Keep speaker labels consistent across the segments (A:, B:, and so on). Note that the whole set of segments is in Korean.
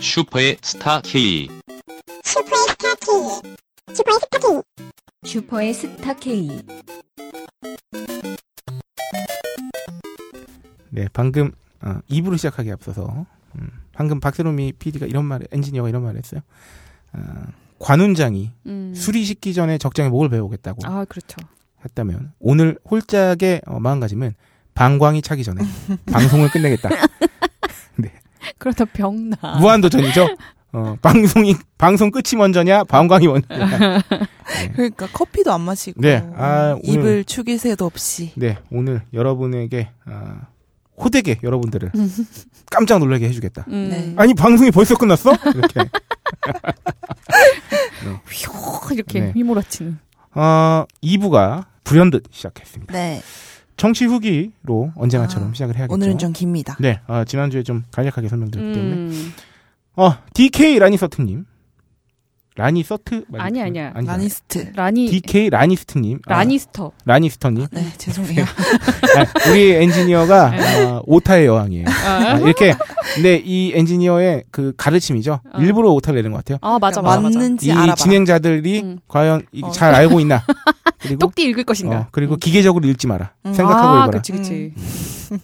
A: 슈퍼의 스타 K.
B: 슈퍼의 스타 K. 슈퍼의 스타 K.
C: 슈퍼의 스타 K.
D: 네, 방금 어, 2부로 시작하기 앞서서 음, 방금 박세롬이 PD가 이런 말, 엔지니어가 이런 말을 했어요. 어, 관훈장이
E: 음.
D: 수리시키 전에 적장의 목을 배우겠다고
E: 아, 그렇죠.
D: 했다면 오늘 홀짝의 어, 마음가짐은 방광이 차기 전에 방송을 끝내겠다.
E: 그러다 병나.
D: 무한도전이죠. 어, 방송이 방송 끝이 먼저냐, 방광이 먼저냐.
F: 그러니까 커피도 안 마시고
D: 네, 아, 오늘-
F: 입을 축일 새도 없이
D: 네, 오늘 여러분에게 어, 호되게 여러분들을 깜짝 놀라게 해주겠다.
E: 음.
F: 네.
D: 아니 방송이 벌써 끝났어? 이렇게.
E: 휘 어, 이렇게
D: 네.
E: 휘몰아치는.
D: 어, 2부가 불현듯 시작했습니다.
F: 네.
D: 정치 후기로 언제나처럼
F: 아,
D: 시작을 해야겠죠.
F: 오늘은 좀 깁니다.
D: 네, 아, 지난주에 좀 간략하게 설명드렸기 때문에.
E: 음.
D: 어, DK 라니서트님. 라니서트? 맞-
E: 아니, 아니야.
D: 아니잖아요.
F: 라니스트.
E: 라니
D: DK 라니스트님. 아,
E: 라니스터.
D: 라니스터님.
F: 네,
E: 음.
F: 죄송해요.
D: 아, 우리 엔지니어가 아, 오타의 여왕이에요. 아, 이렇게. 근데 이 엔지니어의 그 가르침이죠.
E: 어.
D: 일부러 오타를 내는 것 같아요.
E: 아, 맞아 맞아 맞아.
D: 이
F: 맞는지 알아봐.
D: 진행자들이
E: 음.
D: 과연 이-
F: 어.
D: 잘 알고 있나. 그리고
E: 똑띠 읽을 것인가?
D: 어, 그리고 기계적으로 읽지 마라.
F: 음.
D: 생각하고
E: 아,
D: 읽어라.
E: 그치 그치.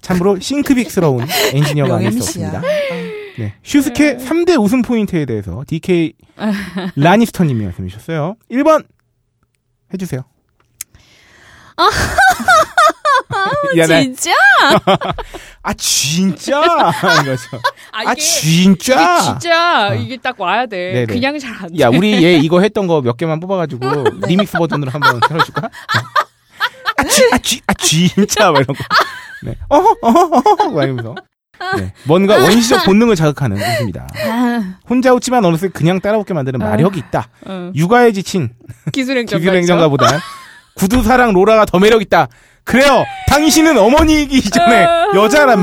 D: 참으로 싱크빅스러운 엔지니어가 아닐 수
F: 명MC야.
D: 없습니다. 네.
E: 음.
D: 슈스케 3대 우승 포인트에 대해서 DK 라니스터님이 말씀해 주셨어요. 1번 해주세요. 미안해.
E: 아. 진짜?
D: 아 진짜 하는 거죠.
E: 아, 이게
D: 아
E: 이게
D: 진짜.
E: 진짜
D: 어.
E: 이게 딱 와야 돼.
D: 네네.
E: 그냥 잘 안 돼.
D: 야 우리 얘 이거 했던 거 몇 개만 뽑아가지고 리믹스 버전으로 한번 틀어줄까? 아, 아쥐아쥐아 진짜 막 이런 거. 네. 어허 어허 어허 막 이러면서. 네. 뭔가 원시적 본능을 자극하는 웃음이다.
E: 아,
D: 혼자 웃지만 어느새 그냥 따라웃게 만드는 마력이 있다.
E: 어. 그러니까
D: 육아에 지친
E: 기술행정가.
D: 기술행정가보다 구두사랑 로라가 더 매력있다. 그래요. 당신은 어머니이기 이전에 여자란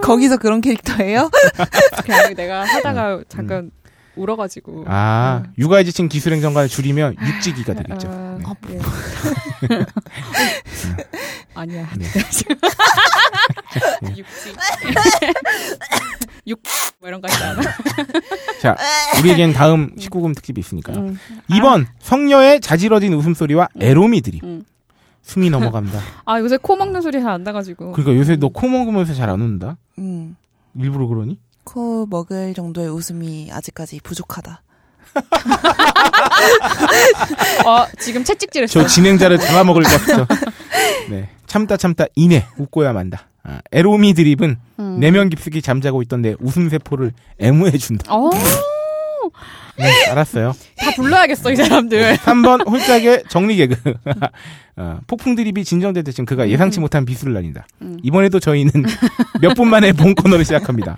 F: 거기서 그런 캐릭터예요?
E: 그냥 내가 하다가 잠깐 울어가지고.
D: 음, 아, 육아에 지친 기술행정가를 줄이면 육지기가 되겠죠.
E: 아,
D: 네. 음.
E: 예. 아니야.
D: 네.
E: 육지. 육. 뭐 이런 거 있지 않아?
D: 자, 우리에겐 다음 19금 특집이 있으니까요.
E: 음.
D: 2번, 성녀의 자지러진 웃음소리와 에로미 드립.
E: 음.
D: 숨이 넘어간다.
E: 아 요새 코 먹는 소리 잘 안 나가지고.
D: 그러니까 요새 너 코 먹으면서 잘 안 웃는다?
F: 음.
D: 일부러 그러니?
F: 코 먹을 정도의 웃음이 아직까지 부족하다.
E: 어 지금 채찍질했어.
D: 저 진행자를 잡아먹을 것 같죠. 네. 참다 참다 이내 웃고야 만다. 아, 에로미 드립은
E: 음.
D: 내면 깊숙이 잠자고 있던 내 웃음 세포를 애무해준다.
E: 어.
D: 네, 알았어요.
E: 다 불러야겠어 이
D: 네.
E: 사람들.
D: 3번 홀짝의 정리 개그. 어, 폭풍 드립이 진정될 때쯤 그가 예상치 못한 비수를 날린다.
E: 음.
D: 이번에도 저희는 몇 분 만에 본 코너를 시작합니다.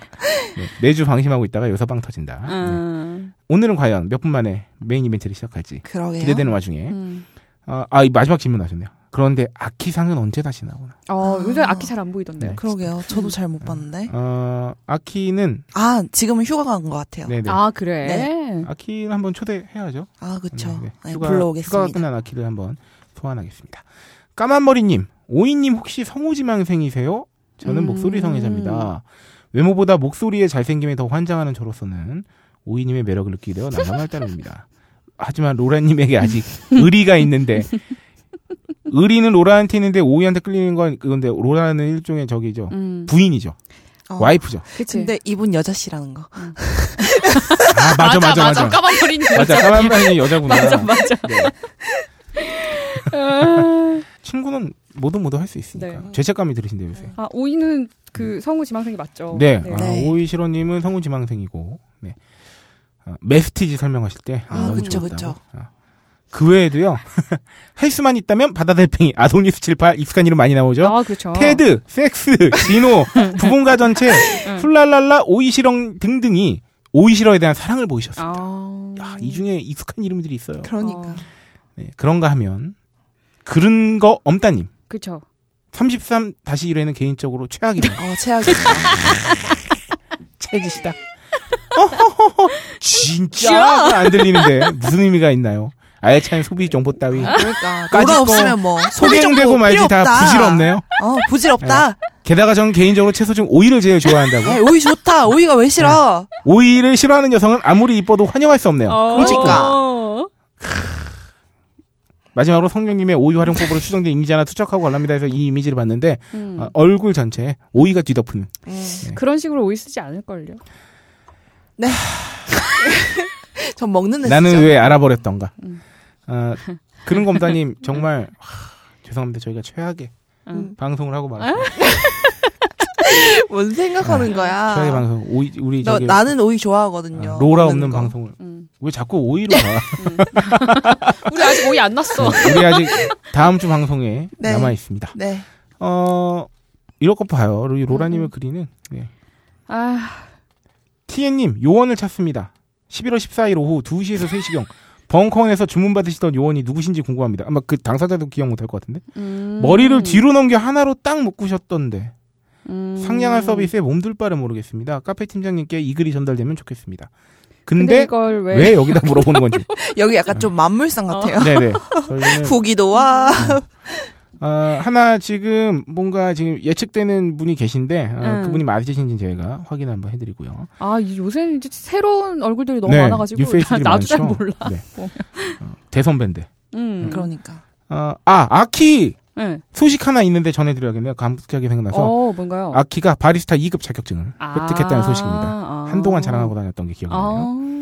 D: 네, 매주 방심하고 있다가 여기서 빵 터진다. 네.
E: 음.
D: 오늘은 과연 몇 분 만에 메인 이벤트를 시작할지
F: 그러게요.
D: 기대되는 와중에
E: 음.
D: 어, 아, 이 마지막 질문 하셨네요. 그런데 아키상은 언제 다시 나오나?
E: 어 요새
F: 아.
E: 악기 잘 안 보이던데요.
D: 네.
F: 그러게요. 저도 잘 못 봤는데.
D: 어, 아키는
F: 아, 지금은 휴가 간 것 같아요.
D: 네네.
E: 아 그래.
D: 아키를 한번 초대해야죠.
F: 아, 그쵸.
D: 네,
F: 네,
D: 네. 휴가-
F: 불러오겠습니다.
D: 휴가가 끝난 아키를 한번 소환하겠습니다. 까만머리님, 오이님 혹시 성우지망생이세요? 저는
E: 음.
D: 목소리 성애자입니다. 외모보다 목소리의 잘생김에 더 환장하는 저로서는 오이님의 매력을 느끼게 되어 난감할 따름입니다. 하지만 로라님에게 아직 의리가 있는데 의리는 로라한테 있는데 오이한테 끌리는 건 그건데 로라는 일종의 저기죠
E: 음.
D: 부인이죠
F: 어.
D: 와이프죠.
E: 그치.
F: 근데 이분 여자씨라는 거.
D: 아 맞아 맞아 맞아 맞아,
E: 까만거리는
D: 까만머리 여자구나.
E: 맞아 맞아.
D: 친구는 모두 모두 할 수 있으니까
E: 네.
D: 죄책감이 들으신데 요새.
E: 아 오이는 그 성우 지망생이 맞죠?
D: 네,
E: 네.
D: 아,
F: 네.
D: 오이시로님은 성우지망생이고, 네. 아, 메스티지 설명하실 때, 아,
F: 아,
D: 너무
F: 그쵸,
D: 좋았다고.
F: 그쵸.
D: 아. 그 외에도요, 할 수만 있다면 바다달팽이, 아도니스 78, 익숙한 이름 많이 나오죠?
E: 아 그렇죠.
D: 테드, 섹스, 진호, 부분가 전체, 훌랄랄라, 오이시렁 등등이 오이시러에 대한 사랑을 보이셨어요.
E: 아.
D: 야, 이 중에 익숙한 이름들이 있어요.
F: 그러니까.
E: 어.
D: 네, 그런가 하면, 그런 거 엄따님.
E: 그렇죠.
D: 33-1회는 개인적으로 최악이다.
F: 어, 최악이다.
D: 책이시다. 진짜 안 들리는데 무슨 의미가 있나요? 아예 찬 소비 정보 따위
F: 그러니까. 뭐가
D: 까짓 거
F: 없으면 뭐. 소리 정보
D: 소개되고 말지
F: 필요
D: 다
F: 없다.
D: 부질없네요.
F: 어, 부질없다.
D: 게다가 저는 개인적으로 채소 중 오이를 제일
F: 네,
D: 좋아한다고.
F: 오이 좋다. 오이가 왜 싫어?
D: 오이를 싫어하는 여성은 아무리 이뻐도 환영할 수 없네요.
E: 어.
F: 그러니까.
E: 어.
D: 마지막으로 성령님의 오이 활용법으로 추정된 이미지 하나 투척하고 관람이다 해서 이 이미지를 봤는데
E: 음.
D: 아, 얼굴 전체에 오이가 뒤덮은
F: 음.
E: 그런 식으로 오이 쓰지 않을걸요.
F: 전 먹는 애
D: 네. 나는
F: 네, 진짜.
D: 왜 알아버렸던가.
E: 음.
D: 아, 그런 검사님 정말 하, 죄송합니다. 저희가 최악의
E: 음.
D: 방송을 하고 말았어요.
F: 뭔 생각하는
D: 최악의
F: 거야?
D: 네. 방송. 오이, 우리
F: 아. 너,
D: 저기
F: 나는 오이
D: 아,
F: 좋아하거든요.
D: 로라
F: 먹는
D: 없는
F: 거.
D: 방송을
E: 음.
D: 왜 자꾸 오이로 가?
E: 우리 아직 오이 안 났어.
D: 우리 아직 다음 주 방송에
F: 네.
D: 남아 있습니다.
F: 네.
D: 어 이렇게 봐요. 이 로라님의 그리는 네.
E: 아,
D: 티엔님 요원을 찾습니다. 11월 14일 오후 2시에서 3시경 벙커원에서 주문받으시던 요원이 누구신지 궁금합니다. 아마 그 당사자도 기억 못할 것 같은데
E: 음.
D: 머리를 뒤로 넘겨 하나로 딱 묶으셨던데
E: 음.
D: 상냥한 서비스에 몸둘 바를 모르겠습니다. 카페 팀장님께 이 글이 전달되면 좋겠습니다.
E: 근데,
D: 근데,
E: 이걸 왜,
D: 왜? 여기다 물어보는 건지
F: 여기 약간 좀 만물상 같아요.
D: 네네 저희는
F: 후기도와
D: 아, 하나 지금 뭔가 지금 예측되는 분이 계신데 아,
E: 음.
D: 그분이 맞으신지 저희가 확인 한번 해드리고요.
E: 아, 이- 요새는 이제 새로운 얼굴들이 너무
D: 네,
E: 많아가지고
D: 뉴 페이스들이
E: 나도 잘
D: 많죠.
E: 몰라.
D: 네. 어, 대선배인데.
E: 음.
F: 그러니까
D: 어, 아 아키
E: 네.
D: 소식 하나 있는데 전해드려야겠네요. 감격하게 생각나서
E: 어, 뭔가요?
D: 아키가 바리스타 2급 자격증을 획득했다는 소식입니다.
E: 아.
D: 한동안 자랑하고 다녔던 게 기억이 나네요.
E: 아.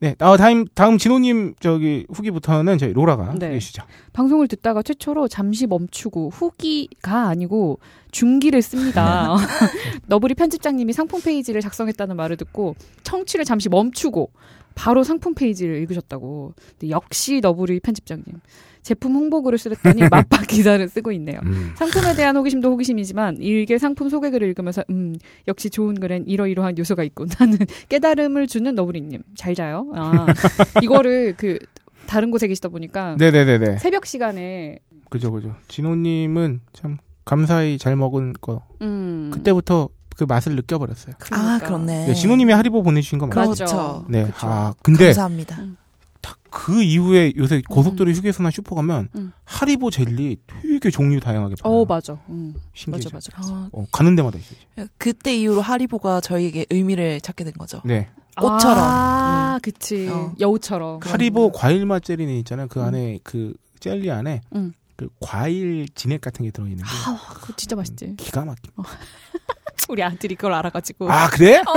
D: 네, 어, 다음 다음 진호님 저기 후기부터는 저희 로라가
E: 네.
D: 해주시죠.
E: 방송을 듣다가 최초로 잠시 멈추고 후기가 아니고 중기를 씁니다. 너브리 편집장님이 상품 페이지를 작성했다는 말을 듣고 청취를 잠시 멈추고 바로 상품 페이지를 읽으셨다고. 근데 역시 너브리 편집장님. 제품 홍보글을 쓰랬더니 맛박 기사를 쓰고 있네요.
D: 음.
E: 상품에 대한 호기심도 호기심이지만 일개 상품 소개글을 읽으면서 음 역시 좋은 글엔 이러이러한 요소가 있군 하는 깨달음을 주는 너브리님 잘 자요. 아 이거를 그 다른 곳에 계시다 보니까
D: 음. 네네네네.
E: 새벽 시간에
D: 그죠 그죠. 진호님은 참 감사히 잘 먹은 거
E: 음
D: 그때부터 그 맛을 느껴버렸어요.
F: 아
E: 그러니까.
F: 그렇네.
D: 네, 진호님이 하리보 보내주신 거 맞아요.
E: 맞죠.
F: 그렇죠.
D: 네.
E: 그쵸.
D: 아 근데
F: 감사합니다.
D: 그 이후에 요새 고속도로 휴게소나 슈퍼 가면
E: 음.
D: 하리보 젤리 되게 종류 다양하게
E: 어
D: 팔아요.
E: 맞아. 음. 맞아
D: 신기하죠.
E: 맞아. 맞아.
F: 어,
D: 어, 가는 데마다 있어요.
F: 그때 이후로 하리보가 저희에게 의미를 찾게 된
E: 어,
F: 거죠.
D: 네.
F: 꽃처럼.
E: 아 그치.
F: 어.
E: 여우처럼.
D: 하리보 과일 맛 젤리는 있잖아요. 그
E: 음.
D: 안에 그 젤리 안에
E: 음.
D: 그 과일 진액 같은 게 들어있는 게
E: 아 그거 진짜 맛있지.
D: 기가 막혀.
E: 우리 아들이 그걸 알아가지고
D: 아 그래?
E: 어.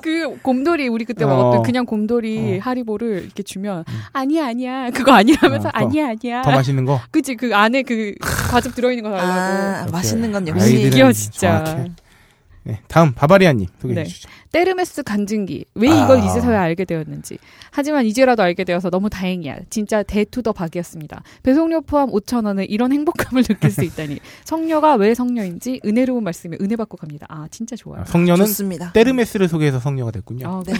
E: 그 곰돌이 우리 그때
D: 어.
E: 먹었던 그냥 곰돌이
D: 어.
E: 하리보를 이렇게 주면
D: 음.
E: 아니야 아니야 그거 아니라면서
D: 어, 그거.
E: 아니야 아니야.
D: 더 맛있는 거.
E: 그치 그 안에 그 과즙 들어있는 거 달라고.
F: 아, 맛있는 건 역시
D: 아이들은
E: 웃겨 진짜.
D: 정확해. 네. 다음 바바리아님 소개해
E: 네.
D: 주시죠.
E: 테르메스 간증기. 왜
D: 아.
E: 이걸 이제서야 알게 되었는지. 하지만 이제라도 알게 되어서 너무 다행이야. 진짜 대투더 박이었습니다. 배송료 포함 5,000원에 이런 행복감을 느낄 수 있다니. 성녀가 왜 성녀인지 은혜로운 말씀에 은혜 받고 갑니다. 아, 진짜 좋아요.
D: 아, 성녀는
F: 좋습니다.
D: 테르메스를 소개해서 성녀가 됐군요.
E: 아,
F: 네.
D: 음.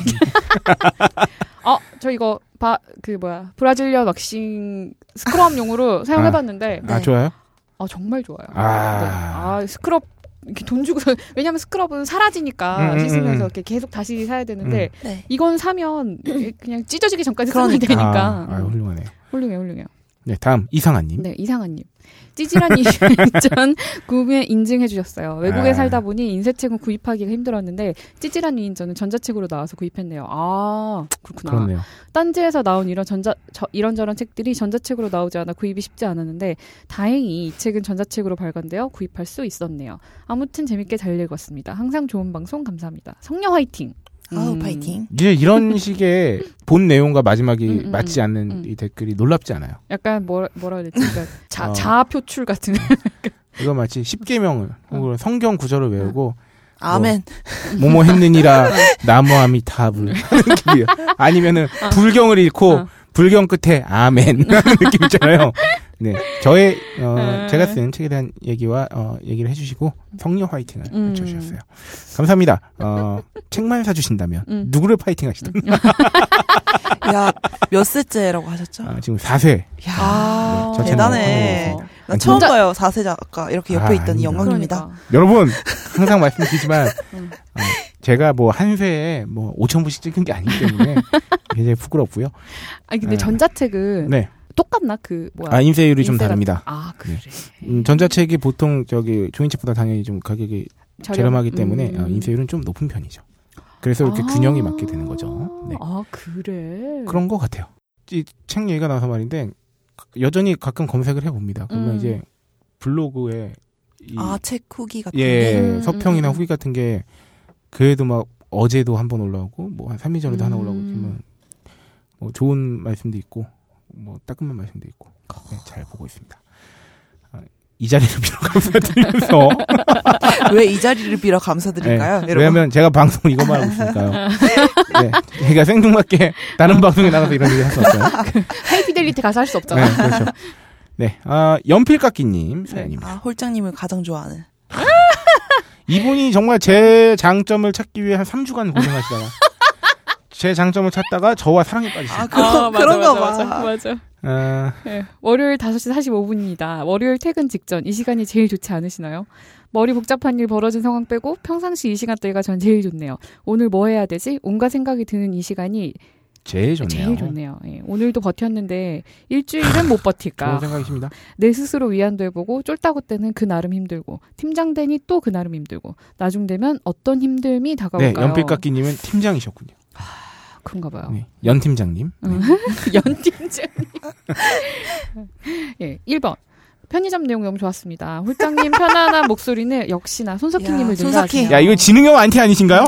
E: 어, 저 이거 바, 그 뭐야. 브라질리언 왁싱 스크럽용으로 사용해봤는데,
D: 아
F: 네.
D: 좋아요?
E: 아, 정말 좋아요.
D: 아.
E: 네. 아, 스크럽. 이렇게 돈 주고 사- 왜냐면 스크럽은 사라지니까
D: 음, 음,
E: 씻으면서
D: 음.
E: 이렇게 계속 다시 사야 되는데
F: 네.
E: 이건 사면 그냥 찢어지기 전까지 쓰면
F: 그러니까.
E: 되니까
D: 아, 아유, 훌륭하네요.
E: 훌륭해요 훌륭해요
D: 네, 다음 이상한님.
E: 네 이상한님 찌질한 인천 구매 인증해 주셨어요 외국에
D: 아.
E: 살다 보니 인쇄책은 구입하기가 힘들었는데 찌질한 위인전은 전자책으로 나와서 구입했네요 아 그렇구나
D: 그렇네요.
E: 딴지에서 나온 이런 전자 저, 이런저런 책들이 전자책으로 나오지 않아 구입이 쉽지 않았는데 다행히 이 책은 전자책으로 발간되어 구입할 수 있었네요. 아무튼 재밌게 잘 읽었습니다. 항상 좋은 방송 감사합니다. 성녀 화이팅.
F: 아우
E: 음.
F: 파이팅.
D: 이제 이런 식의 본 내용과 마지막이
E: 음, 음,
D: 맞지 않는
E: 음.
D: 이 댓글이 놀랍지 않아요.
E: 약간 뭐, 뭐라 해야 되지? 그러니까 자,
D: 어.
E: 자아 표출 같은.
D: 이거 마치 10계명을
E: 어.
D: 혹은 성경 구절을 외우고
F: 아멘.
D: 뭐뭐
E: 어.
D: 했느니라 나무함이 답을 하는 느낌이에요. 아니면은 불경을 읽고
E: 어.
D: 불경 끝에 아멘 하는 느낌 있잖아요. 네, 저의 어,
E: 음.
D: 제가 쓴 책에 대한 얘기와 어, 얘기를 해주시고 성녀 화이팅을
E: 음.
D: 외쳐주셨어요. 감사합니다. 어, 책만 사주신다면
E: 음.
D: 누구를 파이팅하시든
F: 야 몇 세째라고 하셨죠?
D: 아, 지금 4세
F: 야
E: 아,
D: 네, 저체면
F: 대단해.
D: 성공해서.
F: 나 처음
E: 진짜-
F: 봐요 사세자 아까 이렇게
D: 아,
F: 옆에 있던 이
D: 아닙니다.
F: 영광입니다.
E: 그러니까.
D: 여러분 항상 말씀드리지만
E: 음.
D: 어, 제가 뭐 한 회에 뭐 5천 부씩 찍은 게 아니기 때문에 굉장히 부끄럽고요.
E: 아니 근데
D: 네.
E: 전자책은
D: 네,
E: 똑같나 그 뭐야?
D: 아, 인쇄율이 좀
E: 인쇄가-
D: 다릅니다.
E: 아 그래.
D: 음, 전자책이 보통 저기 종이책보다 당연히 좀 가격이
E: 저렴-
D: 저렴하기 때문에
E: 음.
D: 어, 인쇄율은 좀 높은 편이죠. 그래서 이렇게
E: 아.
D: 균형이 맞게 되는 거죠. 네.
E: 아 그래.
D: 그런 것 같아요. 이 책 얘기가 나서 말인데 여전히 가끔 검색을 해봅니다. 그러면
E: 음.
D: 이제 블로그에 이
F: 아, 책 후기 같은
D: 그러니까. 예,
F: 게.
E: 음,
D: 서평이나
E: 음,
D: 후기 같은 게 그래도 막 어제도 한 번 올라오고 뭐 한 3일 전에도 하나
E: 음.
D: 올라오고 그러면 뭐 좋은 말씀도 있고 뭐 따끔한 말씀도 있고 네, 잘 보고 있습니다. 아, 이 자리를 빌어 감사드리면서
F: 왜 이 자리를 빌어 아, 감사드릴까요?
D: 네,
F: 여러분?
D: 왜냐하면 제가 방송 이것만 하고 있으니까요. 네, 제가 생뚱맞게 다른 방송에 나가서 이런 얘기 할 수 없어요.
F: 아,
E: 하이피델리티 가서 할 수
D: 네,
E: 없잖아.
D: 그렇죠. 네, 아, 연필깎이님 사연입니다.
F: 아, 홀장님을 가장 좋아하는.
D: 이분이 정말 제 장점을 찾기 위해 한 3주간 고생하시다가 제 장점을 찾다가 저와 사랑에
F: 아,
D: 빠지셨어요.
F: 그런,
E: 맞아,
F: 그런가
E: 맞아,
F: 봐.
E: 맞아, 맞아.
D: 아,
E: 예, 월요일 5시 45분입니다. 월요일 퇴근 직전 이 시간이 제일 좋지 않으시나요? 머리 복잡한 일 벌어진 상황 빼고 평상시 이 시간대가 전 제일 좋네요. 오늘 뭐 해야 되지? 온갖 생각이 드는 이 시간이
D: 제일 좋네요.
E: 제일 좋네요. 예, 오늘도 버텼는데 일주일은 못
D: 좋은
E: 버틸까.
D: 생각이십니다.
E: 내 스스로 위안도 해보고 쫄따구 때는 그 나름 힘들고 팀장 되니 또 그 나름 힘들고 나중 되면 어떤 힘듦이
D: 네,
E: 다가올까요? 어.
D: 연필깎이님은 팀장이셨군요.
E: 그런가 봐요.
D: 네, 연팀장님.
E: 음.
D: 네.
E: 그 연팀장. 예, 1번. 편의점 내용 너무 좋았습니다. 홀장님 편안한 목소리는 역시나 손석희님을
F: 야, 손석희.
E: 능가하시네요.
D: 야, 이거 지능형 안티 아니신가요?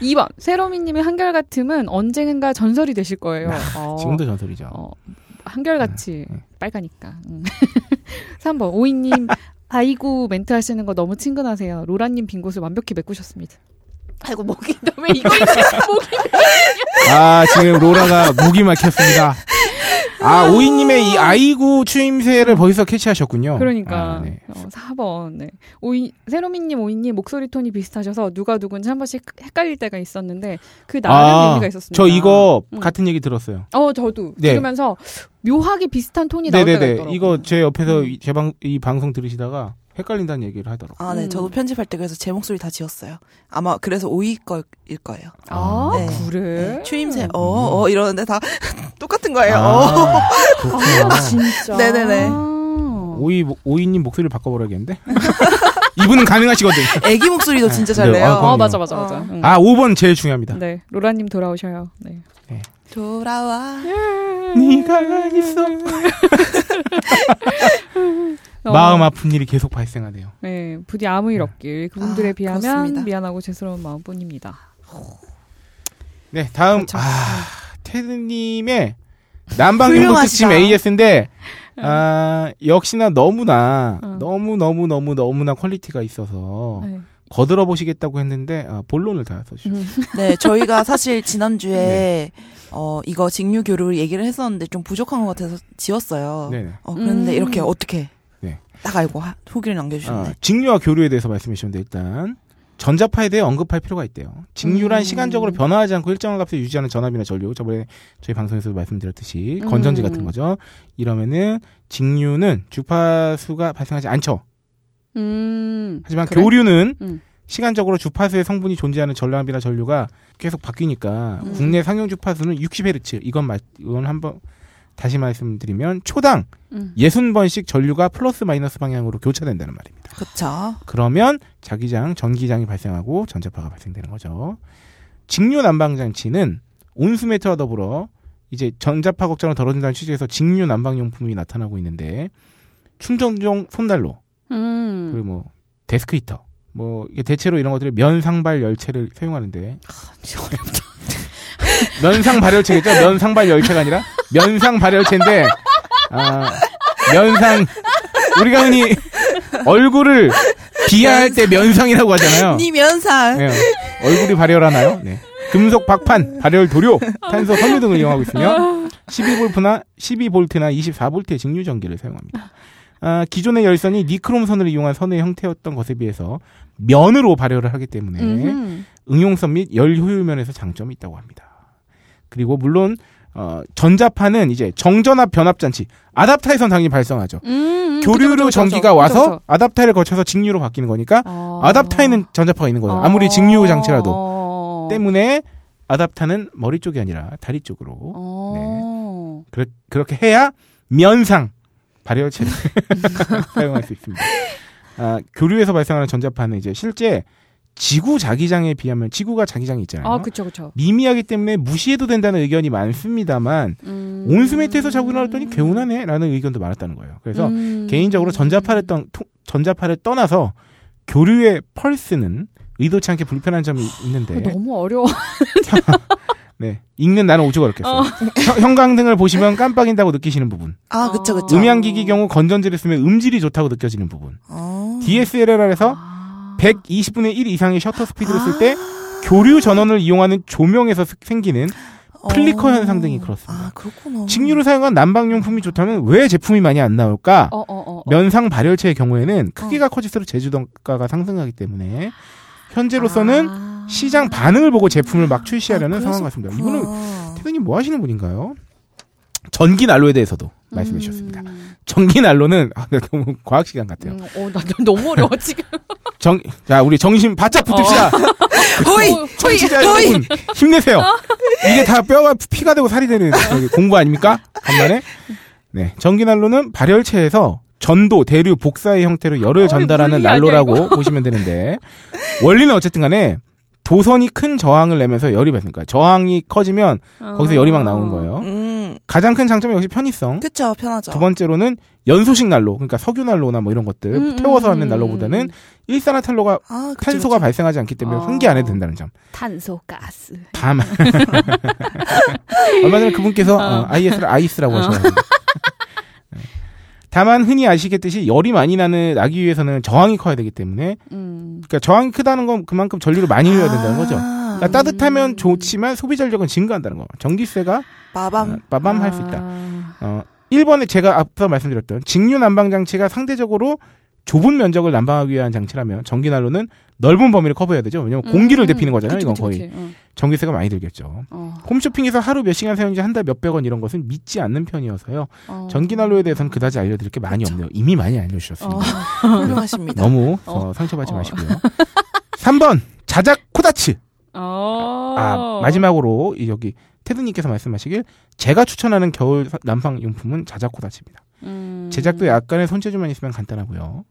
E: 2번. 세로미님의 한결같음은 언젠가 전설이 되실 거예요. 어,
D: 지금도 전설이죠.
E: 어, 한결같이
D: 네.
E: 빨가니까. 음. 3번. 오이님. 아이고 멘트 하시는 거 너무 친근하세요. 로라님 빈 곳을 완벽히 메꾸셨습니다. 아이고 목이 너왜 이거 목이
D: 아, 지금 로라가 목이 막혔습니다. 아, 오이님의 이 아이구 추임새를 벌써 캐치하셨군요.
E: 그러니까
D: 아, 네.
E: 어, 4번 네. 오이 세로미님 오이님 목소리 톤이 비슷하셔서 누가 누군지 한 번씩 헷갈릴 때가 있었는데 그 나름
D: 아,
E: 얘기가 있었습니다.
D: 저 이거
E: 음.
D: 같은 얘기 들었어요.
E: 어 저도
D: 네.
E: 들으면서 묘하게 비슷한 톤이 나올 때가
D: 네네네.
E: 있더라고요.
D: 이거 제 옆에서
E: 음.
D: 이- 제 방, 이 방송 들으시다가 헷갈린다는 얘기를 하더라고요.
F: 아, 네.
E: 음.
F: 저도 편집할 때 그래서 제 목소리 다 지웠어요. 아마 그래서 오이 걸일 거예요.
E: 아
F: 네.
E: 그래
F: 추임새, 어, 어, 이러는데 다 똑같은 거예요. 어.
D: 음. 아,
E: 아,
D: 그렇구나.
E: 진짜
F: 네네네.
E: 아.
D: 오이, 목- 오이님 목소리를 바꿔버려야겠는데? 이분은 가능하시거든.
F: 애기 목소리도 진짜 잘
D: 네, 아,
F: 내요.
D: 그럼-
E: 어 맞아 맞아 맞아.
F: 어.
E: 응.
D: 아, 5번 제일 중요합니다.
E: 네 로라님 돌아오셔요. 네.
F: 돌아와.
D: 네가 있어.
E: 어,
D: 마음 아픈 일이 계속 발생하네요.
E: 네 부디 아무 일 없길 그분들에
F: 아,
E: 비하면
F: 그렇습니다.
E: 미안하고 죄스러운 마음뿐입니다.
D: 네, 다음,
E: 그렇죠.
D: 아, 테드님의 난방용도
F: 훌륭하시다.
D: 특집 AS인데, 아, 역시나 너무나,
E: 응.
D: 너무너무너무 너무나 퀄리티가 있어서,
E: 네.
D: 거들어 보시겠다고 했는데, 아, 본론을 다 써주셨어요.
F: 네, 저희가 사실 지난주에
D: 네.
F: 어, 이거 직류교류를 얘기를 했었는데 좀 부족한 것 같아서 지웠어요.
D: 네네.
F: 어, 그런데
E: 음.
F: 이렇게 어떻게
D: 네.
F: 딱 알고 하- 후기를 남겨주셨네.
D: 아, 직류와 교류에 대해서 말씀해 주셨는데 일단 전자파에 대해 언급할 필요가 있대요. 직류란
E: 음.
D: 시간적으로 변화하지 않고 일정한 값을 유지하는 전압이나 전류. 저번에 저희 방송에서도 말씀드렸듯이 건전지
E: 음.
D: 같은 거죠. 이러면은 직류는 주파수가 발생하지 않죠.
E: 음.
D: 하지만
E: 그래?
D: 교류는
E: 음.
D: 시간적으로 주파수의 성분이 존재하는 전압이나 전류가 계속 바뀌니까
F: 음.
D: 국내 상용 주파수는 60Hz. 이건 말 이건 한번 다시 말씀드리면 초당
E: 음.
D: 60번씩 전류가 플러스 마이너스 방향으로 교차된다는 말입니다.
F: 그쵸.
D: 그러면 자기장, 전기장이 발생하고 전자파가 발생되는 거죠. 직류 난방 장치는 온수매트와 더불어 이제 전자파 걱정을 덜어준다는 취지에서 직류 난방 용품이 나타나고 있는데 충전용 손난로
E: 음.
D: 그리고 뭐 데스크 히터 뭐 이게 대체로 이런 것들이 면상발 열체를 사용하는데 면상 발열체겠죠? 면상 발열체가 아니라 면상 발열체인데 아 면상 우리가 흔히 얼굴을 비하할 때 면상이라고 하잖아요.
F: 니 면상.
D: 네, 얼굴이 발열하나요? 네. 금속 박판, 발열 도료, 탄소 섬유 등을 이용하고 있으며 12볼트나 12볼트나 24볼트의 직류 전기를 사용합니다. 아, 기존의 열선이 니크롬 선을 이용한 선의 형태였던 것에 비해서 면으로 발열을 하기 때문에
E: 음흠.
D: 응용성 및 열 효율 면에서 장점이 있다고 합니다. 그리고 물론 어, 전자파는 이제 정전압 변압 잔치 아답타에선 당연히 발생하죠.
E: 음, 음,
D: 교류로
E: 그죠, 그죠,
D: 전기가
E: 그죠,
D: 와서
E: 그죠.
D: 아답타를 거쳐서 직류로 바뀌는 거니까
E: 어.
D: 아답타에는 전자파가 있는 거예요.
E: 어.
D: 아무리 직류 장치라도
E: 어.
D: 때문에 아답타는 머리 쪽이 아니라 다리 쪽으로
E: 어. 어.
D: 그렇게 해야 면상 발열체를 사용할 수 있습니다. 아, 교류에서 발생하는 전자파는 이제 실제 지구 자기장에 비하면 지구가 자기장이 있잖아요.
E: 아, 그쵸, 그쵸.
D: 미미하기 때문에 무시해도 된다는 의견이 많습니다만
E: 음.
D: 온수 매트에서 자고 일어났더니 개운하네라는 의견도 많았다는 거예요. 그래서
E: 음.
D: 개인적으로 전자파를, 떠, 토- 전자파를 떠나서 교류의 펄스는 의도치 않게 불편한 점이 있는데
E: 아, 너무 어려워.
D: 네 읽는 나는 오죽 어렵겠어요.
E: 어.
D: 형- 형광등을 보시면 깜빡인다고 느끼시는 부분,
F: 아, 그쵸,
E: 어.
F: 그쵸.
D: 음향기기 경우 건전지를 쓰면 음질이 좋다고 느껴지는 부분,
F: 아.
D: DSLR에서
E: 아.
D: 120분의 1 이상의 셔터 스피드를 쓸 때 교류 전원을 이용하는 조명에서 스- 생기는
E: 어.
F: 아.
D: 플리커 현상 등이 그렇습니다.
F: 아, 그렇구나.
D: 직류를 사용한 난방용품이 좋다면 왜 제품이 많이 안 나올까?
E: 어, 어, 어. 어.
D: 면상 발열체의 경우에는 크기가 커질수록 제조단가가 상승하기 때문에 현재로서는
E: 아. 어,
D: 시장 반응을 보고 제품을 막 출시하려는
F: 아, 그래서
D: 상황 같습니다.
F: 그렇구나.
D: 이분은 태근님 뭐 하시는 분인가요? 전기 난로에 대해서도 말씀해 주셨습니다.
E: 음.
D: 전기 난로는 아, 나 너무 과학 시간 같아요.
E: 음, 어, 나, 나 너무 어려워, 지금.
D: 정, 자 우리 정신 바짝 붙읍시다.
F: 호이!
E: 어, 저희 어?
D: 청취자 여러분 힘내세요. 이게 다 뼈가 피가 되고 살이 되는 저기 공부 아닙니까? 간만에 네 전기 난로는 발열체에서 전도, 대류, 복사의 형태로 열을
E: 어이,
D: 전달하는
E: 물리 아니야,
D: 난로라고 보시면 되는데 원리는 어쨌든 간에 도선이 큰 저항을 내면서 열이 발생. 그러니까 저항이 커지면 거기서 열이 막
E: 어.
D: 나오는 거예요.
F: 음,
D: 가장 큰 장점은 역시 편의성.
F: 그쵸, 편하죠.
D: 두 번째로는 연소식 난로, 그러니까 석유 난로나 뭐 이런 것들
E: 음,
D: 태워서
E: 음,
D: 하는
E: 음,
D: 난로보다는
E: 음.
D: 일산화탄소가
F: 아, 그쵸,
D: 탄소가
F: 그쵸.
D: 발생하지 않기 때문에
E: 어.
D: 환기 안 해도 된다는 점.
E: 탄소, 가스.
D: 다만 얼마 전에 그분께서
E: 어.
D: 어, IS를 아이스라고 하셨어요. 다만 흔히 아시겠듯이 열이 많이 나는 나기 위해서는 저항이 커야 되기 때문에
E: 음.
D: 그러니까 저항이 크다는 건 그만큼 전류를 많이 흘려야 된다는 거죠.
F: 아,
D: 그러니까 따뜻하면 좋지만 소비 전력은 증가한다는 거. 전기세가 어,
F: 빠밤.
D: 빠밤 할 수 있다.
E: 아.
D: 어, 1번에 제가 앞서 말씀드렸던 직류 난방 장치가 상대적으로 좁은 면적을 난방하기 위한 장치라면 전기 난로는 넓은 범위를 커버해야 되죠. 왜냐면
E: 음,
D: 공기를 데피는 거잖아요.
E: 그치,
D: 이건
E: 그치,
D: 거의
E: 그치. 응.
D: 전기세가 많이 들겠죠.
E: 어.
D: 홈쇼핑에서 하루 몇 시간 사용인지 한 달 몇백 원 이런 것은 믿지 않는 편이어서요.
E: 어.
D: 전기 난로에 대해서는 그다지 알려드릴 게 많이 없네요. 이미 많이 알려주셨습니다.
E: 어.
F: 훌륭하십니다.
D: 아. 너무 어,
E: 어.
D: 상처받지
E: 어.
D: 마시고요. 3번 자작 코다츠.
E: 어.
D: 아, 마지막으로 이 여기 테드님께서 말씀하시길 제가 추천하는 겨울 사- 난방 용품은 자작 코다츠입니다.
E: 음.
D: 제작도 약간의 손재주만 있으면 간단하고요.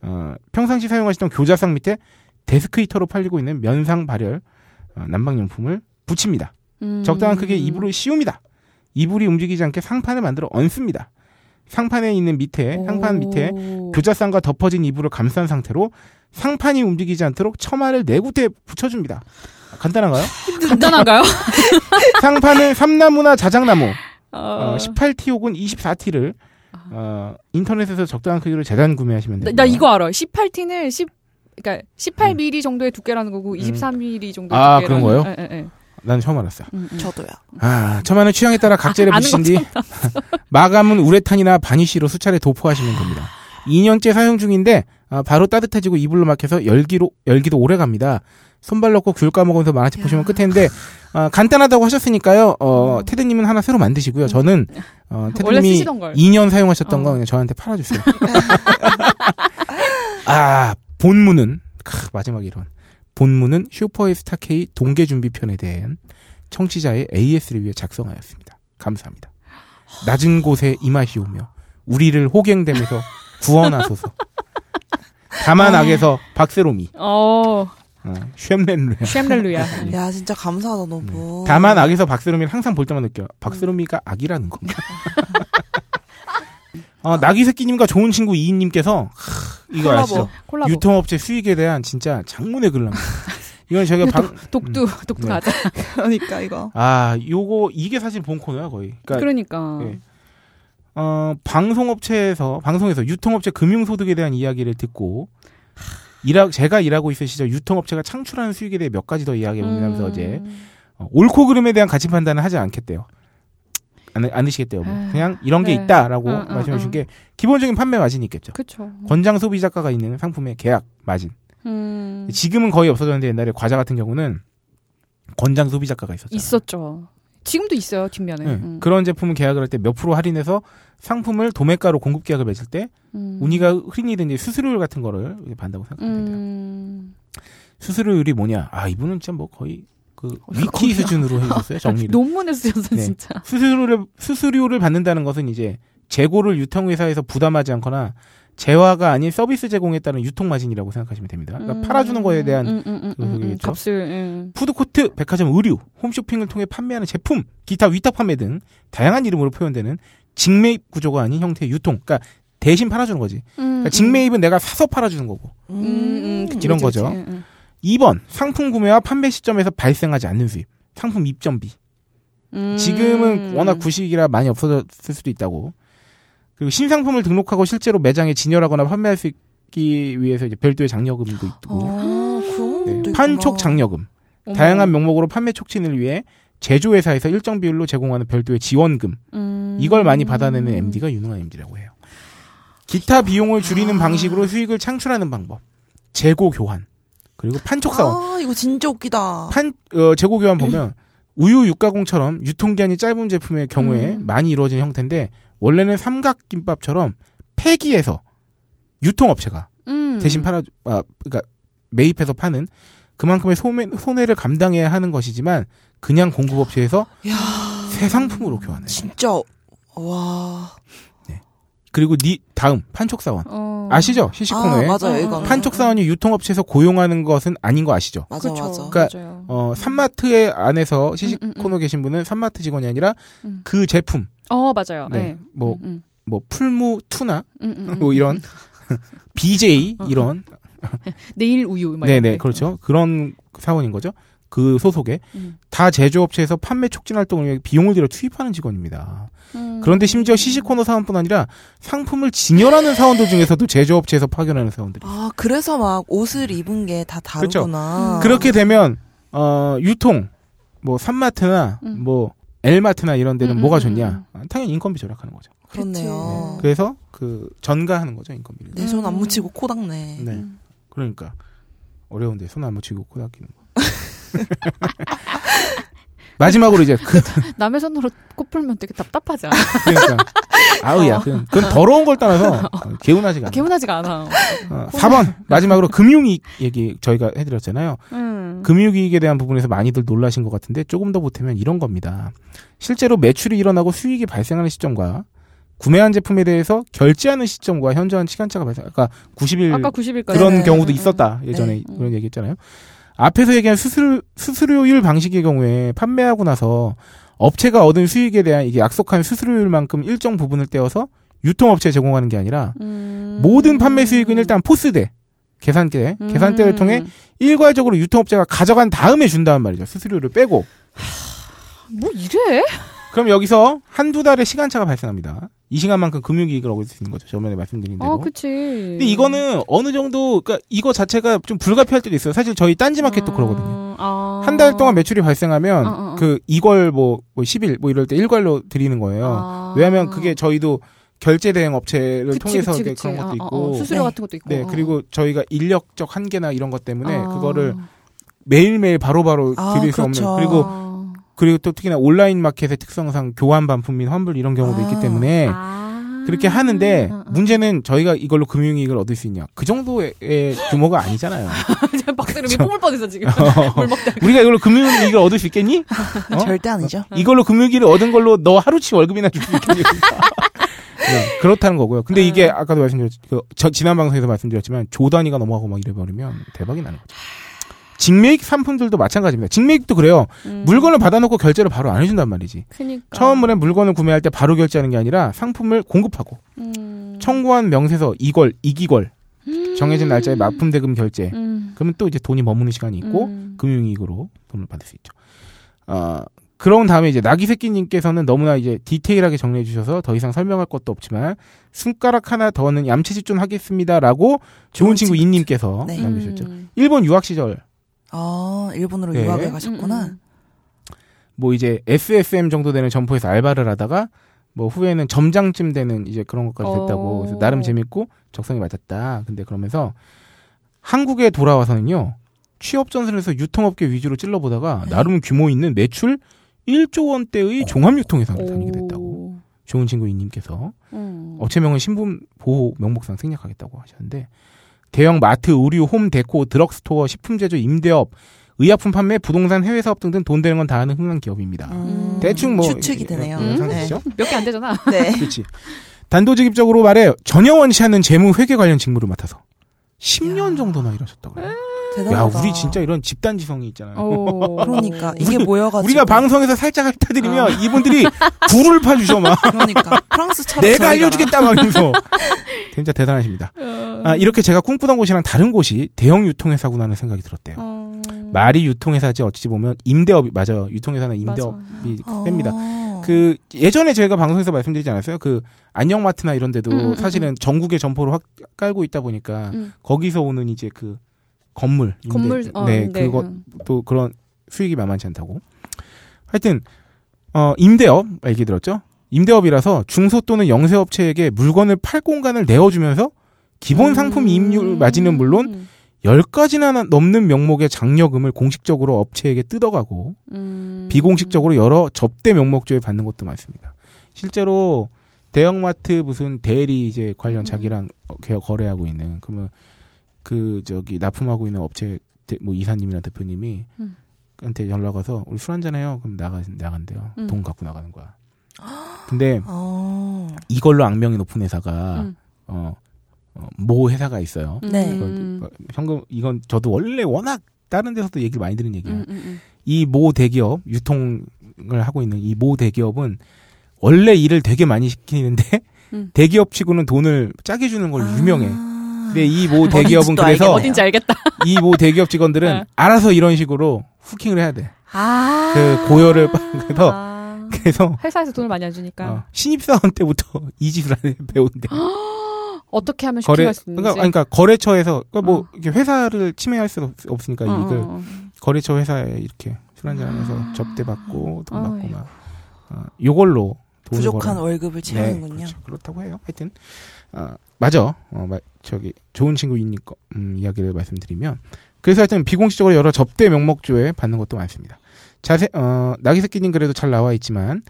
D: 어, 평상시 사용하시던 교자상 밑에 데스크 히터로 팔리고 있는 면상 발열 어, 난방용품을 붙입니다.
E: 음.
D: 적당한 크기의 이불을 씌웁니다. 이불이 움직이지 않게 상판을 만들어 얹습니다. 상판에 있는 밑에 상판
E: 오.
D: 밑에 그, 교자상과 덮어진 이불을 감싼 상태로 상판이 움직이지 않도록 처마를 네 군데 붙여줍니다. 아, 간단한가요?
E: 간단한가요?
D: 상판은 삼나무나 자작나무
E: 어. 아.
D: 어, 18T 혹은 24T를 어, 인터넷에서 적당한 크기로 재단 구매하시면
E: 나,
D: 됩니다.
E: 나 이거 알아. 18T는 10 그러니까 18mm 정도의 두께라는 거고 23mm 정도의
D: 음. 아,
E: 두께라는
D: 그런 거예요?
E: 예, 예, 예.
D: 난 처음 알았어요.
E: 음, 음.
F: 저도요.
D: 아, 처마는 취향에 따라 각재를
E: 아, 아는
D: 붙인 뒤 마감은 우레탄이나 바니쉬로 수차례 도포하시면 됩니다. 2년째 사용 중인데 아, 바로 따뜻해지고 이불로 막혀서 열기로 열기도 오래 갑니다. 손발 넣고 귤 까먹으면서 만화책
F: 야.
D: 보시면 끝인데 아, 간단하다고 하셨으니까요. 어, 테드님은 하나 새로 만드시고요. 저는 어,
E: 음. 원래
D: 테드님이
E: 쓰시던 걸.
D: 2년 사용하셨던
E: 어.
D: 거 그냥 저한테 팔아주세요. 아 본문은 크, 마지막 이런 본문은 슈퍼에스타 K 동계 준비편에 대한 청취자의 AS를 위해 작성하였습니다. 감사합니다. 낮은 곳에 임하시오며 우리를 호갱됨에서 구원하소서. 다만
E: 아.
D: 악에서 박세롬이
E: 어.
D: 어, 쉔넨루야. 네.
E: 쉐렐루야.
F: 야, 진짜 감사하다, 너무.
D: 음. 다만 아- 악에서 박세롬이를 항상 볼 때마다 느껴요. 박세롬이가 악이라는 거. 어, 나기 새끼님과 좋은 친구 이인님께서 하, 이거
F: 콜라보.
D: 아시죠?
E: 콜라보.
D: 유통업체 수익에 대한 진짜 장문의 글을 남겼어요. 이건 저희가
E: 이거
D: 방,
E: 독두 독두
D: 네.
E: 가자.
F: 그러니까, 이거.
D: 아 요거 이게 사실 본 코너야 거의. 그러니까
E: 그러니까.
D: 예. 어, 방송업체에서 방송에서 유통업체 금융소득에 대한 이야기를 듣고 일하, 제가 일하고 있을 시절 유통업체가 창출하는 수익에 대해 몇 가지 더 이야기해 보면서
E: 음.
D: 어제 어, 옳고 그름에 대한 가치 판단은 하지 않겠대요. 안, 않으시겠대요. 뭐.
E: 에휴,
D: 그냥 이런 게
E: 네. 어.
D: 있다라고
E: 응, 응,
D: 말씀해 주신
E: 응.
D: 게 기본적인 판매 마진이 있겠죠.
E: 그쵸.
D: 권장 소비 자가가 있는 상품의 계약 마진.
E: 음.
D: 지금은 거의 없어졌는데 옛날에 과자 같은 경우는 권장 소비 자가가 있었죠.
E: 있었죠. 지금도 있어요 뒷면에.
D: 네.
E: 음.
D: 그런 제품을 계약을 할 때 몇 프로 할인해서 상품을 도매가로 공급 계약을 맺을 때
E: 음.
D: 운이가 흔히든지 수수료율 같은 거를 반다고 생각합니다.
E: 음.
D: 수수료율이 뭐냐? 아 이분은 진짜 뭐 거의 그
E: 어디가
D: 위키
E: 거기야?
D: 수준으로 해줬어요 정리를.
E: 논문에 쓰셨어
D: 네.
E: 진짜.
D: 수수료를 수수료를 받는다는 것은 이제 재고를 유통회사에서 부담하지 않거나 재화가 아닌 서비스 제공에 따른 유통 마진이라고 생각하시면 됩니다. 그러니까
E: 음,
D: 팔아주는 거에 대한
E: 음, 음,
D: 그런
E: 음, 음, 음,
D: 소리겠죠?
E: 값을 음.
D: 푸드코트, 백화점 의류, 홈쇼핑을 통해 판매하는 제품, 기타 위탁 판매 등 다양한 이름으로 표현되는 직매입 구조가 아닌 형태의 유통. 그러니까 대신 팔아주는 거지. 그러니까 직매입은 내가 사서 팔아주는 거고.
E: 음, 음, 그치,
D: 이런
E: 그치, 그치.
D: 거죠.
E: 음, 음.
D: 2번 상품 구매와 판매 시점에서 발생하지 않는 수입. 상품 입점비.
E: 음.
D: 지금은 워낙 구식이라 많이 없어졌을 수도 있다고. 그리고 신상품을 등록하고 실제로 매장에 진열하거나 판매할 수 있기 위해서 이제 별도의 장려금도 있고.
F: 아, 그런
D: 네,
F: 것도
D: 판촉
F: 있구나.
D: 장려금.
E: 어머.
D: 다양한 명목으로 판매 촉진을 위해 제조회사에서 일정 비율로 제공하는 별도의 지원금
E: 음.
D: 이걸 많이 받아내는 MD가 유능한 MD라고 해요. 기타 비용을 줄이는 방식으로 수익을 창출하는 방법, 재고 교환 그리고 판촉 사원.
F: 아, 이거 진짜 웃기다.
D: 판 어, 재고 교환
E: 음.
D: 보면 우유 육가공처럼 유통기한이 짧은 제품의 경우에
E: 음.
D: 많이 이루어지는 형태인데 원래는 삼각김밥처럼 폐기해서 유통업체가
E: 음.
D: 대신 팔아 아 그러니까 매입해서 파는 그만큼의 소매, 손해를 감당해야 하는 것이지만 그냥 공급업체에서
E: 아.
F: 야,
D: 새 상품으로 교환해.
F: 진짜 와.
D: 그리고 니 다음 판촉사원
E: 어.
D: 아시죠?
F: 아,
D: 시시코너에
F: 맞아요. 이거.
D: 음, 판촉사원이 유통업체에서 고용하는 것은 아닌 거 아시죠?
F: 맞아,
E: 그렇죠.
F: 맞아.
D: 그러니까
E: 맞아요.
D: 어 산마트의 안에서
E: 음,
D: 시시코너
E: 음,
D: 계신 분은 산마트 직원이 아니라
E: 음.
D: 그 제품
E: 어 맞아요. 네.
D: 뭐 뭐
E: 음,
D: 풀무 투나
E: 음, 음, 음.
D: 뭐 이런 BJ 이런
E: 내일 우유 막 어.
D: 네네
E: 이런 거.
D: 그렇죠 그런 사원인 거죠 그 소속에
E: 음.
D: 다 제조업체에서 판매 촉진 활동을 위해 비용을 들여 투입하는 직원입니다.
E: 음.
D: 그런데 심지어 시시코너 사원뿐 아니라 상품을 진열하는 사원들 중에서도 제조업체에서 파견하는 사원들이.
F: 아, 그래서 막 옷을 입은 게 다
D: 그렇죠.
E: 아.
F: 다르구나.
D: 그렇게 되면 어 유통 뭐 산마트나
E: 음.
D: 뭐 엘마트나 이런 데는
E: 음,
D: 뭐가
E: 음, 어.
D: 좋냐? 아, 당연히 인건비 절약하는 거죠.
F: 아, 그렇네요.
D: 그래서 그 전가하는 거죠 인건비를.
F: 내 손 안 묻히고 코 닦네.
D: 네. 그러니까 어려운데 손 안 묻히고 코 닦이는 거. 마지막으로 이제 그
E: 남의 손으로 코 풀면 되게 답답하지 않아?
D: 그러니까 아우야 그건, 그건 더러운 걸 떠나서 어, 개운하지가 않아.
E: 개운하지가 않아.
D: 어, 4번 마지막으로 금융이익 얘기 저희가 해드렸잖아요.
E: 음.
D: 그 금융이익에 대한 부분에서 많이들 놀라신 것 같은데 조금 더 보태면 이런 겁니다. 실제로 매출이 일어나고 수익이 발생하는 시점과 구매한 제품에 대해서 결제하는 시점과 현저한 시간차가 발생. 아까 90일
E: 아까 90일까지
D: 그런
F: 네.
D: 경우도 있었다 예전에
E: 음.
D: 그런 얘기했잖아요. 앞에서 얘기한 수수료, 수수료율 방식의 경우에 판매하고 나서 업체가 얻은 수익에 대한 이게 약속한 수수료율만큼 일정 부분을 떼어서 유통업체에 제공하는 게 아니라
E: 음.
D: 모든 판매 수익은 일단 포스대 계산대
E: 음.
D: 계산대를 통해 일괄적으로 유통업체가 가져간 다음에 준다는 말이죠 수수료를 빼고
E: 뭐 이래?
D: 그럼 여기서 한두 달의 시간차가 발생합니다 이 시간만큼 금융이익을 얻을 수 있는 거죠 저번에 말씀드린 대로
E: 아 그치.
D: 네, 뭐. 근데 이거는 어느 정도 그러니까 이거 자체가 좀 불가피할 때도 있어요 사실 저희 딴지마켓도 그러거든요
E: 아.
D: 한 달 동안 매출이 발생하면
E: 어, 어, 어.
D: 그 이걸 뭐, 뭐 10일 뭐 이럴 때 일괄로 드리는 거예요
E: 아.
D: 왜냐하면 그게 저희도 결제 대행 업체를 통해서 이렇게 그런 것도 있고
E: 아, 어, 수수료
F: 네.
E: 같은 것도 있고
D: 네, 그리고 저희가 인력적 한계나 이런 것 때문에
E: 아.
D: 그거를 매일매일 바로바로
F: 아,
D: 드릴 수
F: 그렇죠.
D: 없는 그리고
E: 아.
D: 그리고 또 특히나 온라인 마켓의 특성상 교환 반품 및 환불 이런 경우도
F: 아.
D: 있기 때문에
E: 아.
D: 그렇게 하는데
E: 아, 아.
D: 문제는 저희가 이걸로 금융이익을 얻을 수 있냐 그 정도의 의 규모가 아니잖아요.
E: 제가 박사님이 뽕을 뻔했어 지금.
D: 어, 우리가 이걸로 금융이익을 얻을 수 있겠니? 어?
F: 절대 아니죠.
D: 이걸로 금융이익을 얻은 걸로 너 하루치 월급이나 줄 수 있겠니? 네, 그렇다는 거고요. 근데 이게 아까도 말씀드렸, 그, 저, 지난 방송에서 말씀드렸지만 조 단위가 넘어가고 막 이래버리면 대박이 나는 거죠. 직매입 상품들도 마찬가지입니다. 직매입도 그래요.
E: 음.
D: 물건을 받아놓고 결제를 바로 안 해준단 말이지.
E: 그니까.
D: 처음에 물건을 구매할 때 바로 결제하는 게 아니라 상품을 공급하고
E: 음.
D: 청구한 명세서 이걸 이기걸 정해진 날짜에 납품 대금 결제.
E: 음.
D: 그러면 또 이제 돈이 머무는 시간이 있고
E: 음.
D: 금융이익으로 돈을 받을 수 있죠. 아 그런 다음에 이제 나기새끼님께서는 너무나 이제 디테일하게 정리해 주셔서 더 이상 설명할 것도 없지만 손가락 하나 더는 얌체짓 좀 하겠습니다라고 좋은 친구 이님께서
F: 네.
D: 남기셨죠.
E: 음.
D: 일본 유학 시절
F: 아, 일본으로
D: 네.
F: 유학을
E: 음,
F: 가셨구나.
E: 음.
D: 뭐 이제 SSM 정도 되는 점포에서 알바를 하다가 뭐 후에는 점장쯤 되는 이제 그런 것까지 됐다고
E: 어.
D: 그래서 나름 재밌고 적성이 맞았다. 근데 그러면서 한국에 돌아와서는요 취업 전선에서 유통업계 위주로 찔러보다가
F: 네.
D: 나름 규모 있는 매출 1조 원대의 종합유통회사를 다니게 됐다고
E: 오.
D: 좋은 친구 이님께서
E: 음.
D: 업체명은 신분 보호 명목상 생략하겠다고 하셨는데 대형 마트, 의류, 홈 데코, 드럭스토어, 식품 제조, 임대업, 의약품 판매, 부동산 해외 사업 등등 돈 되는 건 다 하는 흥한 기업입니다.
F: 음,
D: 대충 뭐
F: 추측이 되네요.
E: 음.
D: 상식이죠. 그렇죠?
E: 몇 개 안 되잖아.
F: 네.
D: 그렇지. 단도직입적으로 말해 전혀 원치 않는 재무 회계 관련 직무를 맡아서 10년 정도나 일하셨다고. 그래요. 야,
F: 네. 대단하다.
D: 우리 진짜 이런 집단 지성이 있잖아요.
E: 어.
F: 그러니까 이게 모여가지고
D: 우리가 방송에서 살짝 핥아드리면
F: 어.
D: 이분들이 굴을 파주셔 막
F: 그러니까 프랑스처럼
D: 내가
F: 저희가
D: 알려주겠다 막 이러면서 진짜 대단하십니다.
F: 어.
D: 아, 이렇게 제가 꿈꾸던 곳이랑 다른 곳이 대형 유통회사구나 하는 생각이 들었대요.
E: 어.
D: 말이 유통회사지 어찌 보면 임대업이 맞아요. 유통회사는
E: 맞아.
D: 임대업이
F: 어.
D: 셉니다. 그 예전에 저희가 방송에서 말씀드리지 않았어요? 그 안녕마트나 이런 데도
E: 음, 음,
D: 사실은 전국에 점포를 확 깔고 있다 보니까
E: 음.
D: 거기서 오는 이제 그 건물 임대,
E: 건물 어,
D: 네,
E: 네,
D: 그것도
E: 음.
D: 그런 수익이 만만치 않다고. 하여튼 어 임대업 얘기 들었죠? 임대업이라서 중소 또는 영세 업체에게 물건을 팔 공간을 내어 주면서 기본 상품 이익률 마진은 물론
E: 음.
D: 10가지나 넘는 명목의 장려금을 공식적으로 업체에게 뜯어가고
E: 음.
D: 비공식적으로 여러 접대 명목조에 받는 것도 많습니다. 실제로 대형마트 무슨 대리 이제
E: 음.
D: 관련 자기랑 어, 개- 거래하고 있는 그러면 그 저기 납품하고 있는 업체 대- 뭐 이사님이나 대표님이
E: 음.
D: 한테 연락 와서 우리 술 한잔해요. 그럼 나가 나간대요.
E: 음.
D: 돈 갖고 나가는 거야. 근데
F: 어.
D: 이걸로 악명이 높은 회사가
E: 음.
D: 어, 어, 모 회사가 있어요.
F: 네.
E: 음.
D: 어, 현금 이건 저도 원래 워낙 다른 데서도 얘기를 많이 들은 얘기예요.
E: 음, 음, 음.
D: 이 모 대기업 유통을 하고 있는 이 모 대기업은 원래 일을 되게 많이 시키는데
E: 음.
D: 대기업 치고는 돈을 짜게 주는 걸 유명해.
F: 아.
D: 근데 이 모 대기업은
F: 어딘지도
D: 그래서
F: 알겠네요.
E: 어딘지 알겠다.
D: 이 모 대기업 직원들은
E: 아.
D: 알아서 이런 식으로 후킹을 해야 돼.
F: 아.
D: 그 고열을 빡- 그래서
E: 아.
D: 그래서
E: 회사에서 돈을 많이 안 주니까
D: 어, 신입사원 때부터 이 짓을 하는 배우인데
E: 어떻게 하면 쉽게
D: 거래
E: 할수 있는지.
D: 그러니까, 아니, 그러니까 거래처에서 그러니까 뭐
E: 어.
D: 이렇게 회사를 침해할 수 없으니까
E: 어,
D: 그러니까 이걸
E: 어, 어.
D: 거래처 회사에 이렇게 술
F: 아.
D: 한잔하면서 접대받고 돈 받고
E: 아이고.
D: 막 어, 요걸로 돈을
F: 예. 부족한
D: 벌어요.
F: 월급을 채우는군요.
D: 그렇죠. 그렇다고 해요. 하여튼 아, 맞아. 어, 마- 저기 좋은 친구이니까 음, 이야기를 말씀드리면 그래서 하여튼 비공식적으로 여러 접대 명목조에 받는 것도 많습니다. 자세 어, 나기새끼님 그래도 잘 나와 있지만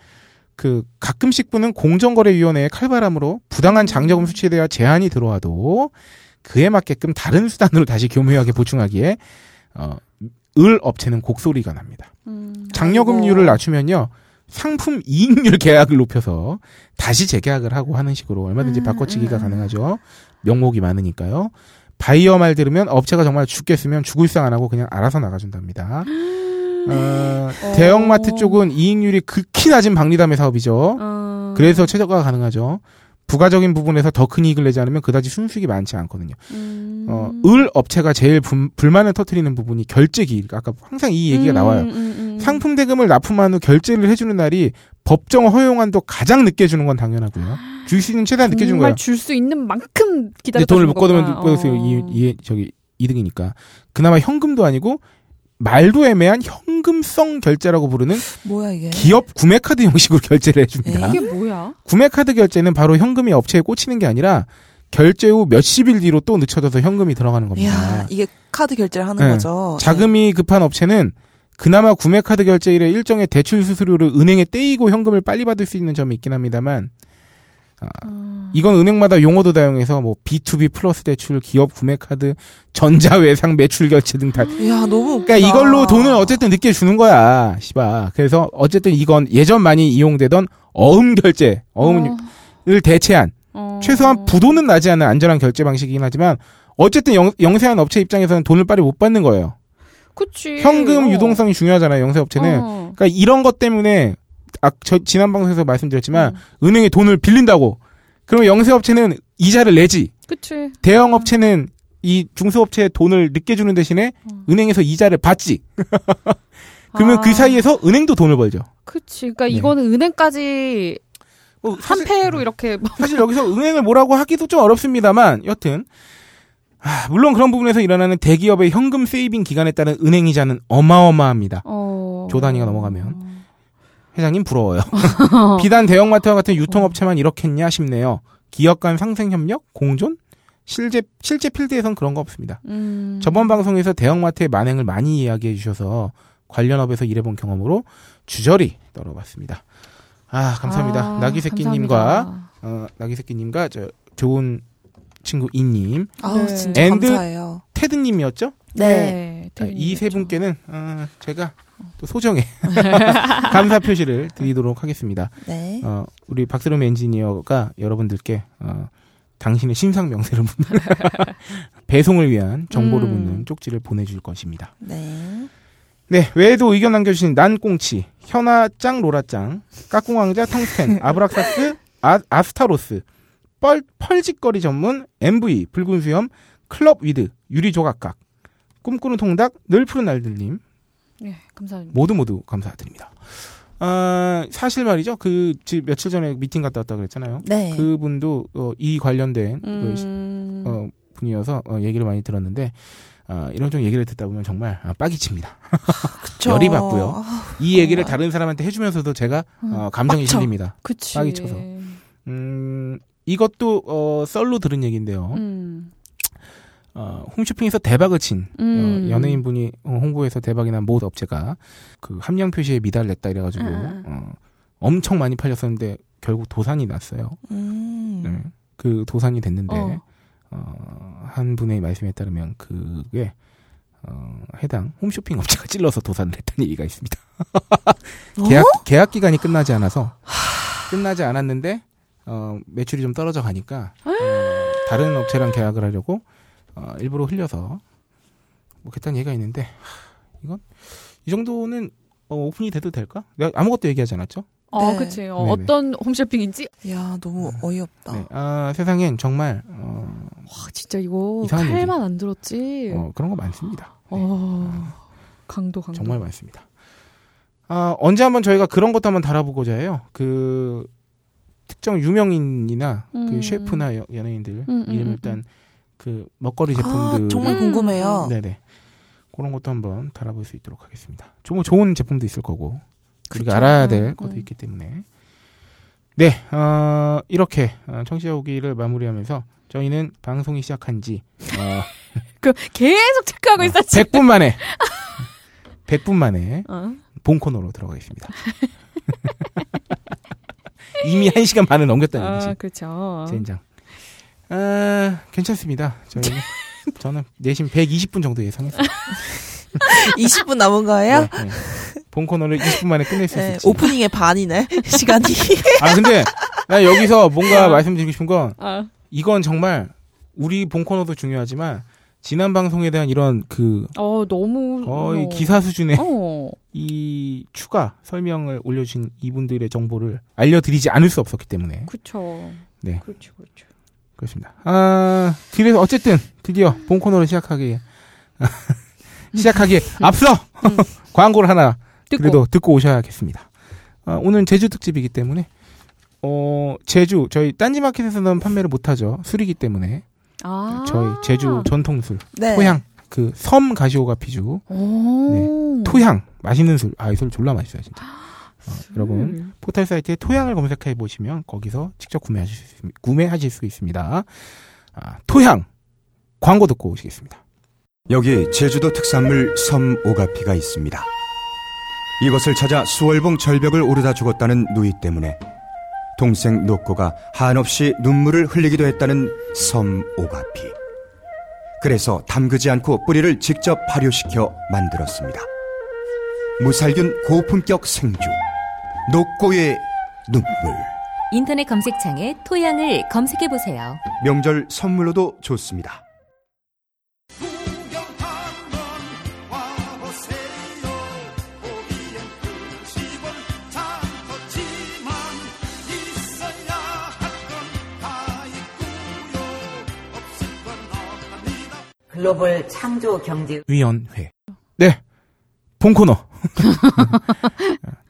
D: 그 가끔씩 분은 공정거래위원회의 칼바람으로 부당한 장려금 수치에 대한 제한이 들어와도 그에 맞게끔 다른 수단으로 다시 교묘하게 보충하기에 어, 을 업체는 곡소리가 납니다.
E: 음.
D: 장려금률을
F: 아이고.
D: 낮추면요 상품 이익률 계약을 높여서 다시 재계약을 하고 하는 식으로 얼마든지
E: 음,
D: 바꿔치기가
E: 음, 음.
D: 가능하죠 명목이 많으니까요 바이어 말 들으면 업체가 정말 죽겠으면 죽을 상 안 하고 그냥 알아서 나가준답니다 어, 대형마트
E: 어.
D: 쪽은 이익률이 극히 낮은 박리담의 사업이죠
E: 어.
D: 그래서 최저가가 가능하죠 부가적인 부분에서 더 큰 이익을 내지 않으면 그다지 순수익이 많지 않거든요
E: 음.
D: 어, 을 업체가 제일 분- 불만을 터트리는 부분이 결제기일 아까 항상 이 얘기가
E: 음,
D: 나와요
E: 음, 음.
D: 상품 대금을 납품한 후 결제를 해주는 날이 법정 허용한도 가장 늦게 주는 건 당연하고요. 줄 수 있는 최대한 늦게 주는 거예요.
E: 정말 줄수 있는 만큼
D: 근데
E: 기다려.
D: 돈을 묶어두면 묶어두세요. 이, 이 저기 이득이니까. 그나마 현금도 아니고 말도 애매한 현금성 결제라고 부르는
F: 뭐야 이게?
D: 기업 구매카드 형식으로 결제를 해줍니다.
E: 이게 뭐야?
D: 구매카드 결제는 바로 현금이 업체에 꽂히는 게 아니라 결제 후 몇십일 뒤로 또 늦춰져서 현금이 들어가는 겁니다.
F: 이야 이게 카드 결제를 하는
D: 아. 네.
F: 거죠.
D: 자금이 급한 업체는 그나마 구매카드 결제일에 일정의 대출 수수료를 은행에 떼이고 현금을 빨리 받을 수 있는 점이 있긴 합니다만 아, 이건 은행마다 용어도 다양해서 뭐 B2B 플러스 대출, 기업 구매카드, 전자외상 매출 결제 등 다.
F: 네. 이야 너무 웃기다.
D: 그러니까 이걸로 돈을 어쨌든 늦게 주는 거야, 씨바. 그래서 어쨌든 이건 예전 많이 이용되던 어음 결제, 어음을 대체한
E: 어.
D: 최소한 부도는 나지 않은 안전한 결제 방식이긴 하지만 어쨌든 영, 영세한 업체 입장에서는 돈을 빨리 못 받는 거예요.
E: 그치.
D: 현금
E: 어.
D: 유동성이 중요하잖아요, 영세 업체는.
E: 어.
D: 그러니까 이런 것 때문에 아, 저 지난 방송에서 말씀드렸지만
E: 음.
D: 은행에 돈을 빌린다고. 그러면 영세 업체는 이자를 내지.
E: 그치.
D: 대형 업체는 이 중소업체에 돈을 늦게 주는 대신에
E: 음.
D: 은행에서 이자를 받지. 그러면
E: 아,
D: 그 사이에서 은행도 돈을 벌죠.
E: 그치. 그러니까
D: 네.
E: 이거는 은행까지 어,
D: 뭐 사실,
E: 한패로 이렇게
D: 사실 여기서 은행을 뭐라고 하기도 좀 어렵습니다만 여튼 아, 물론 그런 부분에서 일어나는 대기업의 현금 세이빙 기간에 따른 은행 이자는 어마어마합니다.
E: 어.
D: 조 단위가 넘어가면. 회장님 부러워요. 비단 대형마트와 같은 유통업체만 이렇겠냐 싶네요. 기업 간 상생 협력, 공존? 실제 실제 필드에선 그런 거 없습니다.
E: 음.
D: 저번 방송에서 대형마트의 만행을 많이 이야기해 주셔서 관련 업에서 일해본 경험으로 주저리 떨어봤습니다. 아 감사합니다.
E: 아,
D: 나기새끼님과
E: 감사합니다.
D: 어, 나기새끼님과 저 좋은 친구 이님,
F: 아우
E: 네.
F: 진짜
D: 앤드-
F: 감사해요.
D: 테드님이었죠?
E: 네.
D: 아, 이 세 분께는 어, 제가 또 소정의 감사 표시를 드리도록 하겠습니다.
F: 네.
D: 어, 우리 박세롬 엔지니어가 여러분들께 어, 당신의 신상 명세를 묻는 배송을 위한 정보를
E: 음.
D: 묻는 쪽지를 보내줄 것입니다.
F: 네.
D: 네, 외에도 의견 남겨주신 난꽁치, 현아짱, 로라짱, 까꿍왕자, 텅스텐, 아브락사스, 아, 아스타로스, 뻘, 펄짓거리 전문, MV, 붉은수염, 클럽 위드, 유리조각각, 꿈꾸는 통닭, 늘 푸른 날들님,
E: 네, 감사합니다.
D: 모두 모두 감사드립니다. 아, 사실 말이죠. 그, 지- 며칠 전에 미팅 갔다 왔다 그랬잖아요.
F: 네.
D: 그분도 어, 이 관련된 그 시-
E: 음,
D: 어, 분이어서 어, 얘기를 많이 들었는데 아, 이런 좀 얘기를 듣다 보면 정말 아, 빡이 칩니다.
F: 그쵸.
D: 열이 받고요.
F: 아,
D: 이 얘기를
F: 정말.
D: 다른 사람한테 해주면서도 제가
E: 음,
D: 어, 감정이
F: 빡쳐.
D: 실립니다.
E: 그치.
D: 빡이 쳐서. 음, 이것도 어, 썰로 들은 얘기인데요.
E: 음,
D: 어, 홈쇼핑에서 대박을 친
E: 음.
D: 어, 연예인분이 어, 홍보에서 대박이 난 모 업체가 그 함량 표시에 미달냈다 이래가지고
E: 아, 아, 아.
D: 어, 엄청 많이 팔렸었는데 결국 도산이 났어요.
F: 음.
D: 네. 그 도산이 됐는데
E: 어.
D: 어, 한 분의 말씀에 따르면 그게 어, 해당 홈쇼핑 업체가 찔러서 도산을 했다는 얘기가 있습니다.
F: 어?
D: 계약 계약 기간이 끝나지 않아서 끝나지 않았는데 어, 매출이 좀 떨어져 가니까 어, 다른 업체랑 계약을 하려고 어, 일부러 흘려서 뭐 그랬다는 얘기가 있는데 하, 이건 이 정도는 어, 오픈이 돼도 될까? 내가 아무것도 얘기하지 않았죠?
E: 어,
F: 네.
E: 그치. 어,
D: 네네.
E: 어떤 홈쇼핑인지?
F: 야, 너무 어이없다.
D: 네. 아, 세상엔 정말 어,
E: 와, 아, 진짜 이거
D: 이상한 얘기.
E: 칼만 안 들었지. 어,
D: 어, 그런 거 많습니다. 네.
E: 강도, 강도.
D: 정말 많습니다. 아, 언제 한번 저희가 그런 것도 한번 달아보고자 해요. 그 특정 유명인이나
E: 음.
D: 그 셰프나 여- 연예인들
E: 음, 음,
D: 이름
E: 음,
D: 일단 그 먹거리
F: 아,
D: 제품들
F: 정말
E: 음.
F: 궁금해요.
D: 네네 그런 것도 한번 달아볼 수 있도록 하겠습니다. 좀 좋은 제품도 있을 거고
E: 그쵸.
D: 우리가 알아야 될
E: 음,
D: 것도
E: 음.
D: 있기 때문에 네 어, 이렇게 어, 청취자 오기를 마무리하면서 저희는 방송이 시작한 지 어,
E: 그, 계속
D: 아,
E: 체크하고 있었지.
D: 100분 만에 100분 만에
E: 어.
D: 본 코너로 들어가겠습니다. 이미 1시간 반을 넘겼다는 얘기지.
E: 아,
F: 어?
E: 그렇죠.
D: 젠장. 아, 괜찮습니다. 저희는 저는 내심 120분 정도 예상했어요.
F: 20분 남은 거예요?
D: 네, 네. 본 코너를 20분 만에 끝낼 수
F: 네,
D: 있을지.
F: 오프닝의 반이네. 시간이.
D: 아 근데 나 여기서
F: 어.
D: 뭔가 말씀드리고 싶은 건
E: 아,
D: 이건 정말 우리 본 코너도 중요하지만 지난 방송에 대한 이런 그
E: 어, 너무.
F: 음,
D: 거의
E: 어.
D: 기사 수준의
E: 어.
D: 이 추가 설명을 올려주신 이분들의 정보를 알려드리지 않을 수 없었기 때문에
E: 그쵸.
D: 네.
E: 그렇죠, 그렇죠.
D: 그렇습니다. 아, 그래서 어쨌든 드디어 본 코너를 시작하기 시작하기 앞서 광고를 하나
E: 음. 듣고.
D: 그래도 듣고 오셔야겠습니다. 아, 오늘 제주 특집이기 때문에 어 제주 저희 딴지마켓에서는 판매를 못하죠 수리기 때문에
E: 아.
D: 저희 제주 전통술
F: 네.
D: 토향 그 섬 가시오가 피주 네.
E: 오.
D: 토향 맛있는 술아이 술 졸라 맛있어요 진짜
E: 아,
D: 어, 여러분
E: 음.
D: 포털 사이트에 토양을 검색해 보시면 거기서 직접 구매하실 수, 있, 구매하실 수 있습니다. 아, 토양 광고 듣고 오시겠습니다.
A: 여기 제주도 특산물 섬 오가피가 있습니다. 이것을 찾아 수월봉 절벽을 오르다 죽었다는 누이 때문에 동생 노코가 한없이 눈물을 흘리기도 했다는 섬 오가피. 그래서 담그지 않고 뿌리를 직접 발효시켜 만들었습니다. 무살균 고품격 생주 노코의 눈물.
C: 인터넷 검색창에 토양을 검색해 보세요.
A: 명절 선물로도 좋습니다. 그
G: 글로벌 창조 경제
D: 위원회. 네. 본 코너. 아,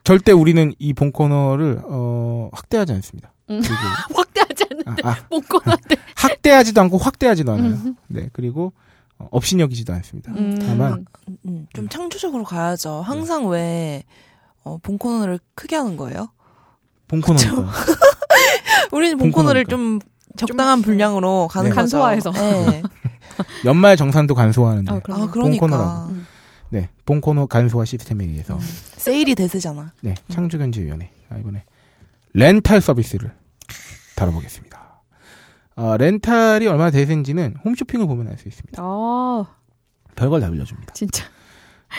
D: 절대 우리는 이 본 코너를 어, 학대하지 않습니다.
E: 음.
D: 그리고,
E: 확대하지 않는
D: 아, 아,
E: 몽골한테.
D: 학대하지도 않고 확대하지도
E: 음.
D: 않아요. 네. 그리고 어, 업신여기지도 않습니다. 다만
F: 음, 좀 창조적으로
D: 네.
F: 가야죠. 항상 왜, 어, 본 코너를 크게 하는 거예요?
D: 본 코너니까.
F: 우리는 본
D: 본 코너니까.
F: 코너를 좀 적당한 분량으로 가는
D: 네.
F: 거죠.
E: 간소화해서.
F: 네.
D: 연말 정산도 간소화하는데.
E: 아,
F: 아,
E: 그럼.
D: 본
F: 그러니까.
D: 코너라고. 네. 본 코너 간소화 시스템에 의해서
E: 음.
F: 세일이 대세잖아.
D: 네, 창조경제위원회. 아, 이번에 렌탈 서비스를 다뤄보겠습니다. 어, 렌탈이 얼마나 대세인지는 홈쇼핑을 보면 알 수 있습니다.
E: 아,
D: 별걸 다 빌려줍니다.
E: 진짜.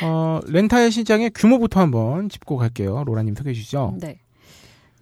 D: 어, 렌탈 시장의 규모부터 한번 짚고 갈게요. 로라님 소개해 주시죠.
E: 네.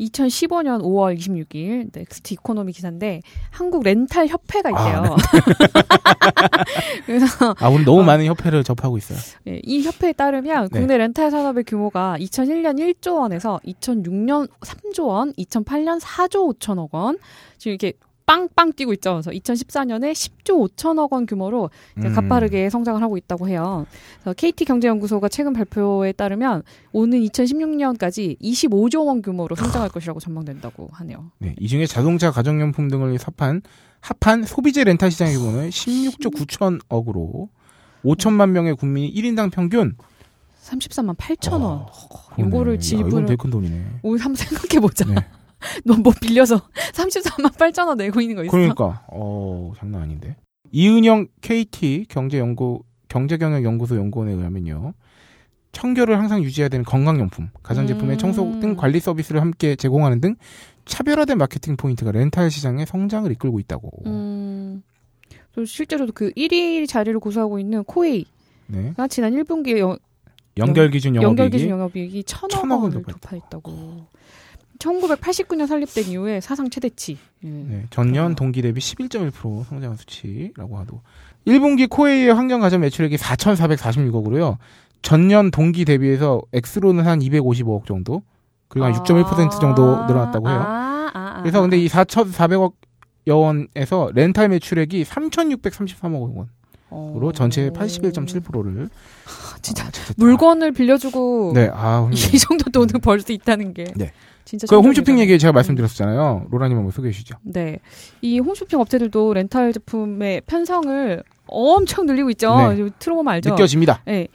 E: 2015년 5월 26일 넥스트 이코노미 기사인데 한국 렌탈 협회가 있대요.
D: 아,
E: 그래서
D: 아, 오늘 너무 많은 협회를 접하고 있어요.
E: 예, 이 협회에 따르면
D: 네.
E: 국내 렌탈 산업의 규모가 2001년 1조 원에서 2006년 3조 원, 2008년 4조 5천억 원 지금 이렇게 빵빵 뛰고 있죠. 그래서 2014년에 10조 5천억 원 규모로 이제
D: 음.
E: 가파르게 성장을 하고 있다고 해요. 그래서 KT 경제연구소가 최근 발표에 따르면 오는 2016년까지 25조 원 규모로
D: 아.
E: 성장할 것이라고 전망된다고 하네요.
D: 네, 이 중에 자동차, 가정용품 등을 삽한 합한 소비재 렌탈 시장의 규모는 16조 9천억으로 5천만 명의 국민이 1인당 평균
E: 33만 8천 원.
D: 그러네.
E: 요거를
D: 야, 이건
E: 지불을-
D: 되게 큰 돈이네.
E: 우리 한번 생각해 보자.
D: 네.
E: 넌 뭐 빌려서 34만 8천 원 내고 있는 거 있어?
D: 그러니까 어 장난 아닌데 이은영 KT 경제연구 경제경영연구소 연구원에 의하면요 청결을 항상 유지해야 되는 건강용품 가전제품의
E: 음.
D: 청소 등 관리 서비스를 함께 제공하는 등 차별화된 마케팅 포인트가 렌탈 시장의 성장을 이끌고 있다고
E: 음. 또 실제로도 그 1위 자리를 고수하고 있는 코웨이가
D: 네
E: 지난 1분기에 영,
D: 연결 기준
E: 연결
D: 영업이익이
E: 기준 영업이익이 천억
D: 천억
E: 원을
D: 원을
E: 돌파했다고. 1989년 설립된 이후에 사상 최대치. 예.
D: 네, 전년 동기 대비 11.1% 성장한 수치라고 하도 1분기 코웨이의 환경 가전 매출액이 4,446억으로요 전년 동기 대비해서 엑스로는 한 255억 정도 그리고 한 6.1% 정도 늘어났다고 해요
E: 아, 아, 아,
D: 그래서 근데 이 4,400억 여원에서 렌탈 매출액이 3,633억 원으로
E: 어.
D: 전체의 81.7%를
E: 진짜
D: 차지했다.
E: 물건을 빌려주고
D: 네, 아, 훌륭해요.
E: 이 정도 돈을 벌 수 있다는 게
A: 네.
E: 진짜
D: 그 홈쇼핑
E: 충격이잖아요.
D: 얘기 제가 말씀드렸었잖아요. 로라님 한번 소개해 주시죠.
E: 네. 이 홈쇼핑 업체들도 렌탈 제품의 편성을 엄청 늘리고 있죠.
D: 네.
E: 트로마 알죠?
D: 느껴집니다.
E: 네.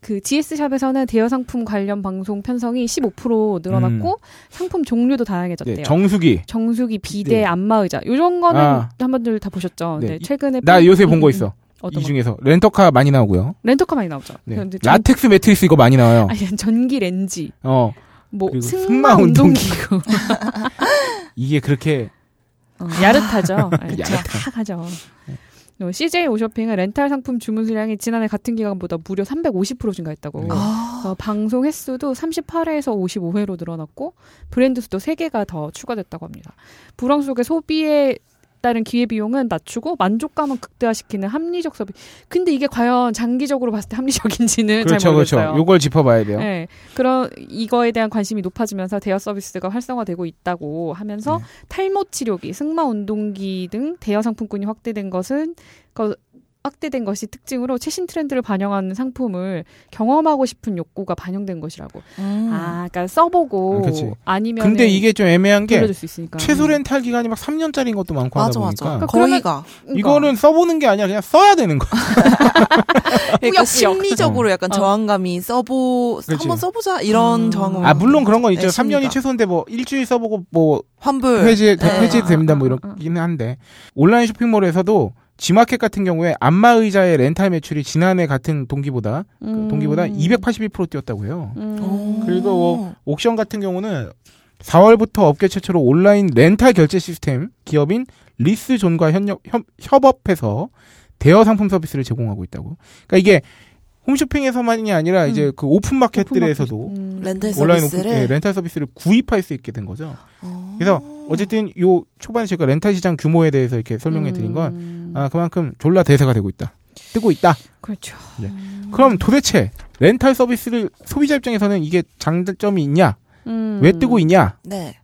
E: 그 GS샵에서는 대여 상품 관련 방송 편성이 15% 늘어났고 상품 종류도 다양해졌대요.
D: 음. 네, 정수기.
E: 정수기, 비대,
D: 네.
E: 안마의자. 요런 거는
D: 아.
E: 한번들 다 보셨죠.
D: 네.
E: 네. 최근에
D: 나
E: 편-
D: 요새 본
E: 음,
D: 거
E: 음,
D: 있어.
E: 어떤
D: 이
E: 거?
D: 중에서 렌터카 많이 나오고요.
E: 렌터카 많이 나오죠.
D: 네.
E: 근데 전-
D: 라텍스 매트리스 이거 많이 나와요.
E: 아니, 전기 렌지,
D: 어,
E: 뭐
D: 그리고 승마 어.
E: 승마 운동기구.
D: 이게 그렇게
E: 어, 야릇하죠. 네,
D: 야릇하.
E: 야릇하죠.
D: 네.
E: 어, CJ 오쇼핑은 렌탈 상품 주문 수량이 지난해 같은 기간보다 무려 350% 증가했다고.
D: 네.
F: 아,
E: 어, 방송 횟수도 38회에서 55회로 늘어났고 브랜드 수도 3개가 더 추가됐다고 합니다. 불황 속의 소비에 따른 기회 비용은 낮추고 만족감은 극대화시키는 합리적 소비. 근데 이게 과연 장기적으로 봤을 때 합리적인지는 네, 잘
D: 그렇죠,
E: 모르겠어요.
D: 그렇죠. 요걸 짚어봐야 돼요.
E: 네, 그런 이거에 대한 관심이 높아지면서 대여 서비스가 활성화되고 있다고 하면서
D: 네.
E: 탈모 치료기, 승마 운동기 등 대여 상품군이 확대된 것은 거- 확대된 것이 특징으로 최신 트렌드를 반영하는 상품을 경험하고 싶은 욕구가 반영된 것이라고.
F: 음.
E: 아, 그러니까 써보고
D: 음, 그치.
E: 아니면
D: 근데 이게 좀 애매한 게
E: 돌려줄 수 있으니까.
D: 최소 렌탈 기간이 막 3년짜리인 것도 많고
F: 맞아
D: 하다 보니까
F: 맞아. 그러니까
E: 음. 그러면-
F: 거의가
D: 이거는 써보는 게 아니라 그냥 써야 되는 거야.
F: 그러니까
E: 꾸역꾸역.
F: 심리적으로 약간
E: 어.
F: 저항감이 써보
D: 그렇지.
F: 한번 써보자 이런
E: 음.
F: 저항감.
D: 아 물론 그런 건 있죠.
F: 네,
D: 3년이
F: 심리가.
D: 최소인데 뭐 일주일 써보고 뭐
F: 환불.
D: 회지 다
F: 네.
D: 회지 됩니다 뭐
E: 아, 아, 아.
D: 이렇기는 한데 온라인 쇼핑몰에서도 지마켓 같은 경우에 안마 의자의 렌탈 매출이 지난해 같은 동기보다 그
E: 음.
D: 동기보다 281% 뛰었다고 해요.
E: 음.
F: 오.
D: 그리고 뭐- 옥션 같은 경우는 4월부터 업계 최초로 온라인 렌탈 결제 시스템 기업인 리스존과 협력, 협, 협업해서 대여 상품 서비스를 제공하고 있다고. 그러니까 이게 홈쇼핑에서만이 아니라
E: 음.
D: 이제 그 오픈 마켓들에서도
E: 음.
F: 렌탈
D: 온라인 오픈,
F: 서비스를.
D: 예, 렌탈 서비스를 구입할 수 있게 된 거죠.
F: 어.
D: 그래서 어쨌든 요 초반에 제가 렌탈 시장 규모에 대해서 이렇게 설명해 드린 건
E: 음.
D: 아, 그만큼 졸라 대세가 되고 있다. 뜨고 있다.
E: 그렇죠.
D: 그럼 도대체 렌탈 서비스를 소비자 입장에서는 이게 장점이 있냐?
E: 음.
D: 왜 뜨고 있냐?
F: 네.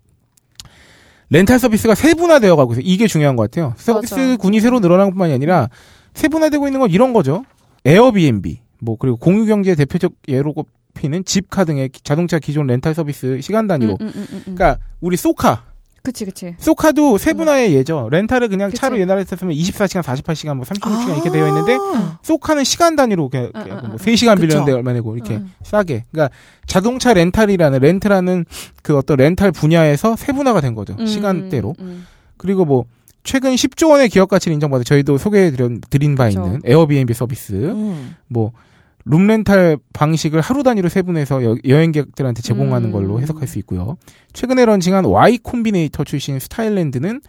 D: 렌탈 서비스가 세분화되어 가고 있어요. 이게 중요한 것 같아요.
E: 맞아요.
D: 서비스 군이 새로 늘어난 것만이 아니라 세분화되고 있는 건 이런 거죠. 에어비앤비, 뭐 그리고 공유 경제의 대표적 예로 꼽히는 집카 등의 기- 자동차 기존 렌탈 서비스 시간 단위로.
E: 음, 음, 음, 음, 음.
D: 그러니까 우리 소카,
E: 그치 그치.
D: 소카도 세분화의 예죠. 렌탈을 그냥
E: 음. 그치.
D: 차로 옛날에 썼으면 24시간, 48시간, 뭐 36시간 이렇게 되어 있는데
F: 아.
D: 소카는 시간 단위로 그냥,
E: 아,
D: 그냥
E: 아,
D: 뭐
E: 아.
D: 3시간
F: 그쵸.
D: 빌렸는데 얼마 내고 이렇게
E: 음.
D: 싸게. 그러니까 자동차 렌탈이라는 렌트라는 그 어떤 렌탈 분야에서 세분화가 된 거죠.
E: 음,
D: 시간대로.
E: 음.
D: 그리고 뭐 최근 10조 원의 기업 가치를 인정받아 저희도 소개해 드린 바
E: 그렇죠.
D: 있는 에어비앤비 서비스,
F: 음.
D: 뭐 룸렌탈 방식을 하루 단위로 세분해서 여, 행객들한테 제공하는
E: 음.
D: 걸로 해석할 수 있고요. 최근에 런칭한 Y 콤비네이터 출신 스타일랜드는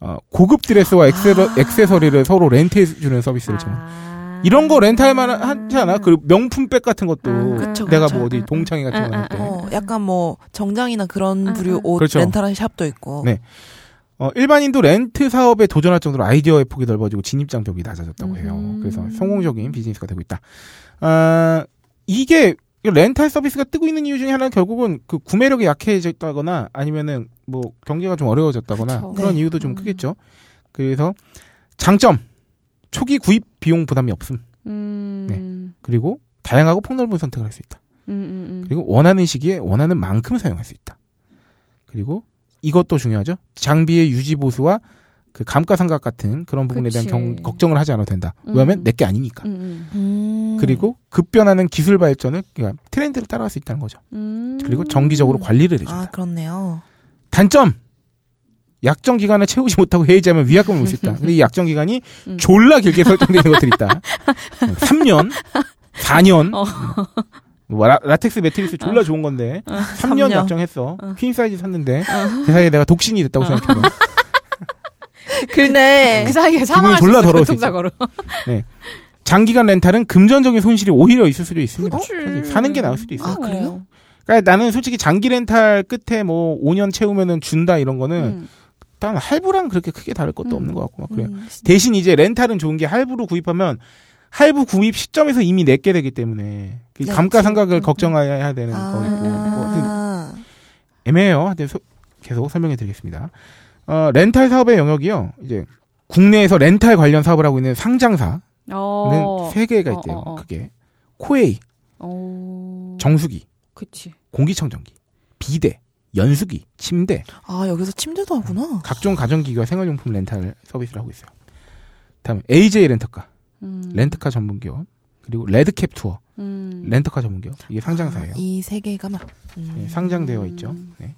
D: 어, 고급 드레스와 액세서,
F: 아.
D: 액세서리를 서로 렌트해 주는 서비스를 제공.
E: 아.
D: 이런 거 렌탈만 하지 않아? 그리고 명품백 같은 것도
H: 음,
F: 아, 그쵸,
D: 내가
F: 그쵸.
D: 뭐 어디 동창회 같은 거
H: 음,
D: 할 때.
H: 음,
D: 어.
F: 어, 약간 뭐 정장이나 그런
H: 아,
F: 부류
H: 아.
F: 옷
D: 그렇죠.
F: 렌탈하는 샵도 있고.
D: 네. 일반인도 렌트 사업에 도전할 정도로 아이디어의 폭이 넓어지고 진입 장벽이 낮아졌다고 해요.
E: 음.
D: 그래서 성공적인 비즈니스가 되고 있다. 아, 이게 렌탈 서비스가 뜨고 있는 이유 중에 하나는 결국은 그 구매력이 약해졌다거나 아니면은 뭐 경기가 좀 어려워졌다거나
E: 그쵸.
D: 그런
F: 네.
D: 이유도 좀
E: 음.
D: 크겠죠. 그래서 장점 초기 구입 비용 부담이 없음
E: 음.
D: 네.
E: 음,
D: 그리고 다양하고 폭넓은 선택을 할 수 있다.
E: 음, 음.
D: 그리고 원하는 시기에 원하는 만큼 사용할 수 있다. 그리고 이것도 중요하죠. 장비의 유지 보수와 그 감가상각 같은 그런 부분에 대한
E: 그치.
D: 경- 걱정을 하지 않아도 된다.
E: 음.
D: 왜냐하면 내게 아니니까.
E: 음,
F: 음.
D: 그리고 급변하는 기술 발전을 그러니까 트렌드를 따라갈 수 있다는 거죠.
E: 음.
D: 그리고 정기적으로 관리를 해준다.
F: 아 그렇네요.
D: 단점 약정 기간을 채우지 못하고 해지하면 위약금을 물 수 있다. 근데 이 약정 기간이
E: 음.
D: 졸라 길게 설정되는 것들이 있다. 3년, 4년.
E: 어.
D: 뭐 라, 라텍스 매트리스 졸라 좋은 건데 3년,
F: 삼 년.
D: 약정했어. 퀸 사이즈 샀는데
E: 어.
D: 그 사이에 내가 독신이 됐다고 생각해.
F: 그러네.
E: 그 사이에 사망할 수
D: 졸라
E: 있어요,
D: 더러울 수 있어.
E: 교통사고로.
D: 장기간 렌탈은 금전적인 손실이 오히려 있을 수도 있습니다.
E: 그치.
D: 사실 사는 게 나을 수도 있어.
F: 아,
D: 요
E: 음.
F: 그래요?
D: 그러니까 나는 솔직히 장기 렌탈 끝에 뭐 5년 채우면은 준다 이런 거는
E: 음.
D: 단 할부랑 그렇게 크게 다를 것도
E: 음.
D: 없는 것 같고 막 그래요.
F: 음,
D: 대신 이제 렌탈은 좋은 게 할부로 구입하면 할부 구입 시점에서 이미 냈게 되기 때문에 그
F: 네,
E: 음.
D: 감가상각을
F: 그치.
D: 걱정해야 되는
E: 아.
D: 거고 뭐 하여튼
F: 아,
D: 애매해요. 근데 소- 계속 설명해 드리겠습니다. 어, 렌탈 사업의 영역이요. 이제 국내에서 렌탈 관련 사업을 하고 있는 상장사는
E: 어.
D: 세 개가
E: 어,
D: 있대요.
E: 어, 어.
D: 그게 코웨이,
E: 어.
D: 정수기,
E: 그치.
D: 공기청정기, 비대, 연수기, 침대,
F: 아 여기서 침대도 하구나.
D: 각종 가전기기와 생활용품 렌탈 서비스를 하고 있어요. 다음 AJ 렌터카,
E: 음.
D: 렌터카 전문 기업, 그리고 레드캡 투어,
E: 음.
D: 렌터카 전문 기업. 이게 상장사예요.
F: 아, 이세 개가 막. 음.
D: 네, 상장되어 있죠.
E: 음.
D: 네.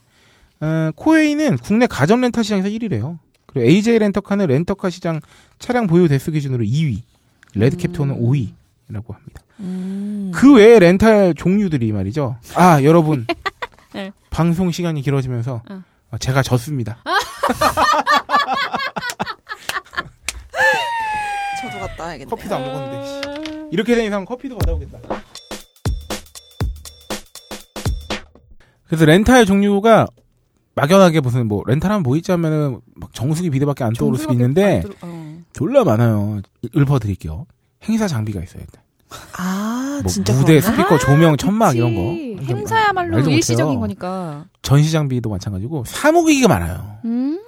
D: 어, 코웨이는 국내 가전 렌탈 시장에서 1위래요. 그리고 AJ 렌터카는 렌터카 시장 차량 보유 대수 기준으로 2위,
E: 음.
D: 레드캡토는 5위라고 합니다.
F: 음.
D: 그 외에 렌탈 종류들이 말이죠. 아 여러분
E: 네.
D: 방송 시간이 길어지면서
E: 어.
D: 어, 제가 졌습니다.
F: 저도 갔다 와야겠네.
D: 커피도 안 먹었는데 씨. 이렇게 된 이상 커피도 받아오겠다. 그래서 렌탈 종류가 막연하게 무슨 뭐 렌탈하면 뭐 있지 하면은 막 정수기 비대밖에 안 떠오를 수도 있는데
F: 어.
D: 졸라 많아요. 읊어드릴게요. 행사 장비가 있어요. 일단.
F: 아
D: 뭐
F: 진짜
D: 무대,
F: 그러나?
D: 스피커, 조명, 천막 이런 거. 완전 말-
E: 행사야말로
D: 말도 못해요.
E: 일시적인 거니까.
D: 전시 장비도 마찬가지고 사무기기가 많아요.
E: 음.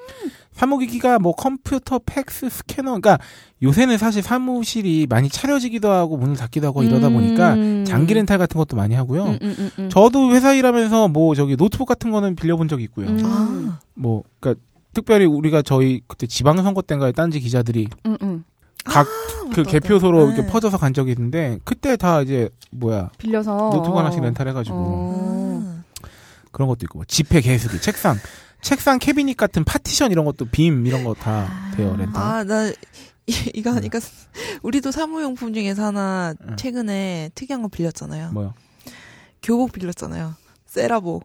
D: 사무기기가 뭐 컴퓨터, 팩스, 스캐너. 그러니까 요새는 사실 사무실이 많이 차려지기도 하고 문을 닫기도 하고 뭐 이러다 보니까
E: 음.
D: 장기 렌탈 같은 것도 많이 하고요.
E: 음, 음, 음, 음.
D: 저도 회사 일하면서 뭐 저기 노트북 같은 거는 빌려본 적이 있고요.
E: 음.
F: 아,
D: 뭐 그러니까 특별히 우리가 저희 그때 지방선거 때인가에 딴지 기자들이
E: 음, 음.
D: 그
F: 맞다,
D: 개표소로
F: 맞다.
D: 이렇게
F: 네.
D: 퍼져서 간 적이 있는데 그때 다 이제 뭐야
E: 빌려서
D: 노트북 하나씩 렌탈해가지고
E: 어.
F: 아,
D: 그런 것도 있고 뭐 지폐 개수기 책상 책상 캐비닛 같은 파티션 이런 것도 빔 이런 거
E: 아.
D: 다 돼요 렌탈
F: 아나 이거 하니까
D: 음.
F: 우리도 사무용품 중에서 하나 최근에 특이한 거 빌렸잖아요.
D: 뭐요
F: 교복 빌렸잖아요. 세라보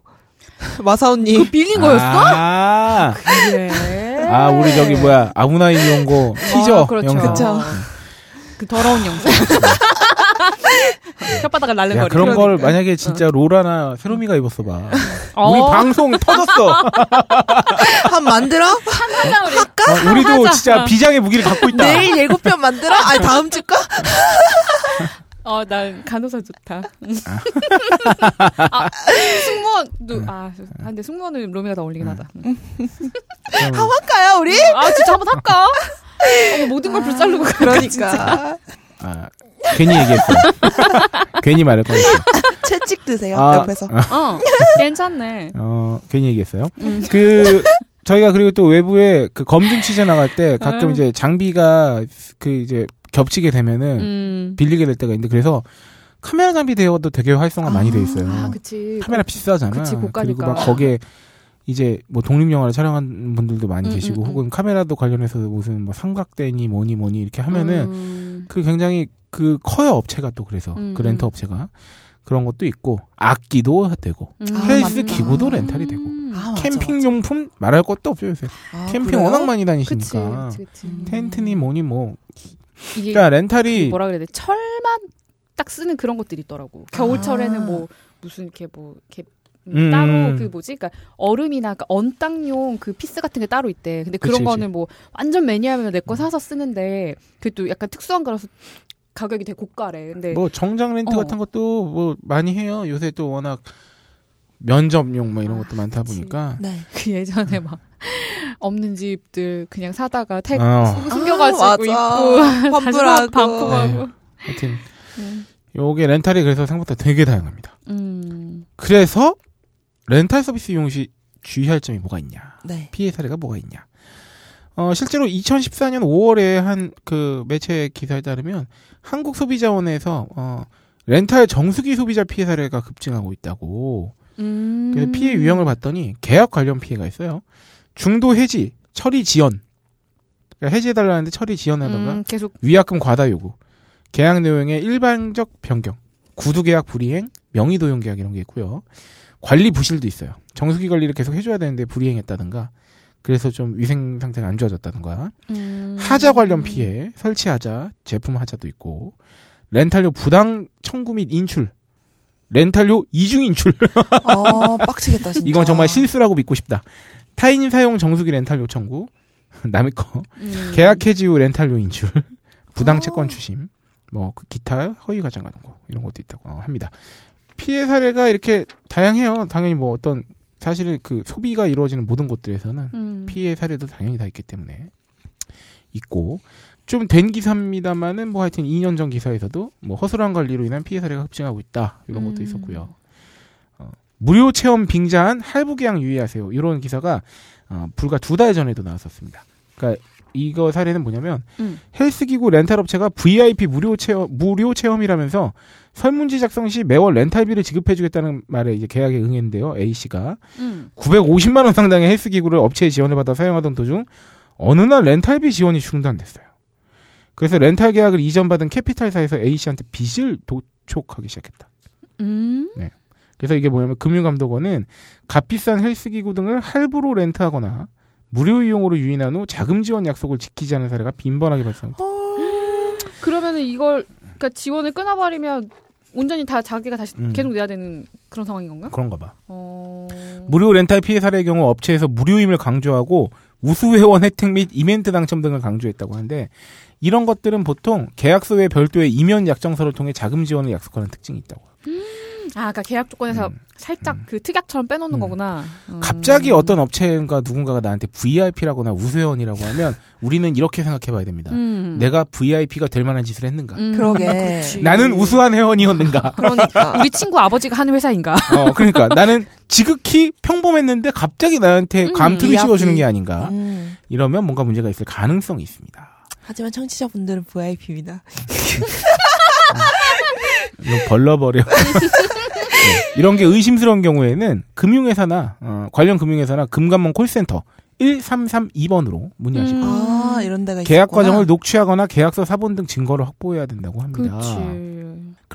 D: 그
F: 마사오님.
E: 빌린 거였어?
D: 아,
E: 그래.
D: 아 우리 저기 뭐야 아무나 이용고 티저
E: 아, 그렇죠.
D: 영상 어.
F: 그쵸.
E: 그 더러운 영상. 혓바닥을
D: 야,
E: 날른거리.
D: 그런 걸
E: 그러니까.
D: 만약에 진짜 로라나 세롬이가 입었어 봐 우리
E: 어,
D: 방송 터졌어
F: 한 만들어?
E: 한장을 입-
D: 어, 우리도 진짜 비장의 무기를 갖고 있다.
F: 내일 예고편 만들어? 아니 다음 주까?
E: 어, 난 간호사 좋다. 아,
D: 네.
E: 승무원도 아, 아, 근데 승무원은 로미가 더 어울리긴 하다. 음.
D: 그럼
F: 할까요 우리?
E: 아, 진짜 한번 할까? 어머, 모든 걸
F: 아.
E: 불살르고
F: 그러니까
D: 아, 괜히 얘기했어. 괜히 말할 뻔했어.
F: 채찍 드세요
D: 아.
F: 옆에서.
E: 어, 괜찮네. 음.
D: 어, 괜히 얘기했어요. 그 저희가 그리고 또 외부에 그 검증 취재 나갈 때 가끔
E: 음.
D: 이제 장비가 그 이제 겹치게 되면은
E: 음.
D: 빌리게 될 때가 있는데 그래서 카메라 장비 대여도 되게 활성화 많이 돼 있어요.
E: 아, 그치.
D: 카메라 비싸잖아.
E: 그치, 고가니까.
D: 리고막 거기에 이제 뭐 독립 영화를 촬영한 분들도 많이
E: 음,
D: 계시고
E: 음,
D: 혹은 카메라도 관련해서 무슨 뭐 삼각대니 뭐니 뭐니 이렇게 하면은
E: 음.
D: 그 굉장히 그 커요 업체가 또 그래서
E: 음,
D: 그 렌터
E: 음.
D: 업체가 그런 것도 있고 악기도 되고
E: 음.
D: 헬스
F: 맞다.
D: 기구도 렌탈이 되고
E: 음.
F: 아, 맞아,
D: 캠핑
F: 맞아.
D: 용품 말할 것도 없죠 요새
F: 아,
D: 캠핑
F: 그래요?
D: 워낙 많이
E: 그치,
D: 다니시니까
E: 그치, 그치.
D: 텐트니 뭐니 뭐
E: 이게
D: 그러니까 렌탈이
E: 뭐라 그래야 돼? 철만 딱 쓰는 그런 것들이 있더라고. 겨울철에는 뭐 무슨 이렇게 뭐 이렇게 음,
D: 아. 음.
E: 따로 그 뭐지? 그러니까 얼음이나 그러니까 언땅용 그 피스 같은 게 따로 있대. 근데 그런
D: 그치, 음.
E: 거는 뭐 완전 매니아면 내 거 사서 쓰는데 그게 또 약간 특수한 거라서 가격이 되게 고가래. 근데
D: 뭐 정장 렌트
E: 어.
D: 같은 것도 뭐 많이 해요. 요새 또 워낙 면접용 뭐 이런 것도 많다
E: 아, 그치.
D: 보니까
F: 네.
E: 그 예전에 막 없는 집들 그냥 사다가 택
D: 어.
E: 숨겨가지고
F: 아, 맞아.
E: 입고 다시 막
F: 반품하고.
E: 반품하고.
D: 하여튼
E: 음.
D: 요게 렌탈이 그래서 생각보다 되게 다양합니다.
E: 음.
D: 그래서 렌탈 서비스 이용 시 주의할 점이 뭐가 있냐?
F: 네.
D: 피해 사례가 뭐가 있냐? 어, 실제로 2014년 5월에 한 그 매체 기사에 따르면 한국소비자원에서 어, 렌탈 정수기 소비자 피해 사례가 급증하고 있다고.
E: 음.
D: 그래서 피해 유형을 봤더니 계약 관련 피해가 있어요. 중도 해지, 처리 지연. 그러니까 해지해달라는데 처리 지연하던가
E: 음, 계속
D: 위약금 과다 요구, 계약 내용의 일반적 변경, 구두 계약 불이행, 명의 도용 계약 이런 게 있고요. 관리 부실도 있어요. 정수기 관리를 계속 해줘야 되는데 불이행했다든가, 그래서 좀 위생 상태가 안 좋아졌다든가,
E: 음.
D: 하자 관련 피해, 설치 하자, 제품 하자도 있고, 렌탈료 부당 청구 및 인출, 렌탈료 이중 인출.
F: 어, 빡치겠다, 진짜.
D: 이건 정말 실수라고 믿고 싶다. 타인 사용 정수기 렌탈료 청구, 남의 거.
E: 음.
D: 계약 해지 후 렌탈료 인출, 부당
F: 어.
D: 채권 추심, 뭐 그 기타 허위 과장 같은 거 이런 것도 있다고 어, 합니다. 피해 사례가 이렇게 다양해요. 당연히 뭐 어떤 사실 그 소비가 이루어지는 모든 곳들에서는
E: 음.
D: 피해 사례도 당연히 다 있기 때문에 있고 좀 된 기사입니다만은 뭐 하여튼 2년 전 기사에서도 뭐 허술한 관리로 인한 피해 사례가 급증하고 있다 이런 것도
E: 음.
D: 있었고요. 어, 무료 체험 빙자한 할부 계약 유의하세요. 이런 기사가 어, 불과 두 달 전에도 나왔었습니다. 그러니까 이거 사례는 뭐냐면
E: 음.
D: 헬스기구 렌탈업체가 VIP 무료 체험 무료 체험이라면서 설문지 작성 시 매월 렌탈비를 지급해주겠다는 말에 이제 계약에 응했는데요. A 씨가
E: 음.
D: 950만 원 상당의 헬스 기구를 업체에 지원을 받아 사용하던 도중 어느 날 렌탈비 지원이 중단됐어요. 그래서 렌탈 계약을 이전받은 캐피탈사에서 A 씨한테 빚을 도촉하기 시작했다.
E: 음.
D: 그래서 이게 뭐냐면 금융감독원은 값비싼 헬스 기구 등을 할부로 렌트하거나 무료 이용으로 유인한 후 자금 지원 약속을 지키지 않은 사례가 빈번하게 발생했다.
F: 어,
E: 그러면은 이걸 그러니까 지원을 끊어버리면 온전히 다 자기가 다시
D: 음.
E: 계속 내야 되는 그런 상황인 건가?
D: 그런가 봐.
E: 어.
D: 무료 렌탈 피해 사례의 경우 업체에서 무료임을 강조하고 우수 회원 혜택 및 이벤트 당첨 등을 강조했다고 하는데 이런 것들은 보통 계약서 외 별도의 이면 약정서를 통해 자금 지원을 약속하는 특징이 있다고.
E: 아, 그러니까 계약 조건에서
D: 음.
E: 살짝 그 특약처럼 빼놓는
D: 음.
E: 거구나. 음.
D: 갑자기 어떤 업체인가 누군가가 나한테 VIP라거나 우수 회원이라고 하면 우리는 이렇게 생각해봐야 됩니다.
E: 음.
D: 내가 VIP가 될 만한 짓을 했는가?
E: 음.
F: 그러게.
D: 나는 우수한 회원이었는가?
F: 그러니까.
E: 우리 친구 아버지가 하는 회사인가?
D: 어, 그러니까 나는 지극히 평범했는데 갑자기 나한테
E: 음,
D: 감투를
F: VIP.
D: 씌워주는 게 아닌가?
F: 음.
D: 이러면 뭔가 문제가 있을 가능성이 있습니다.
F: 하지만 청취자분들은 VIP입니다.
D: 이거 벌러버려. 네, 이런 게 의심스러운 경우에는 금융회사나 어, 관련 금융회사나 금감원 콜센터 1332번으로 문의하시고
E: 음.
F: 아, 이런 데가
D: 계약
F: 있었구나.
D: 과정을 녹취하거나 계약서 사본 등 증거를 확보해야 된다고 합니다.
E: 그렇지.
D: 리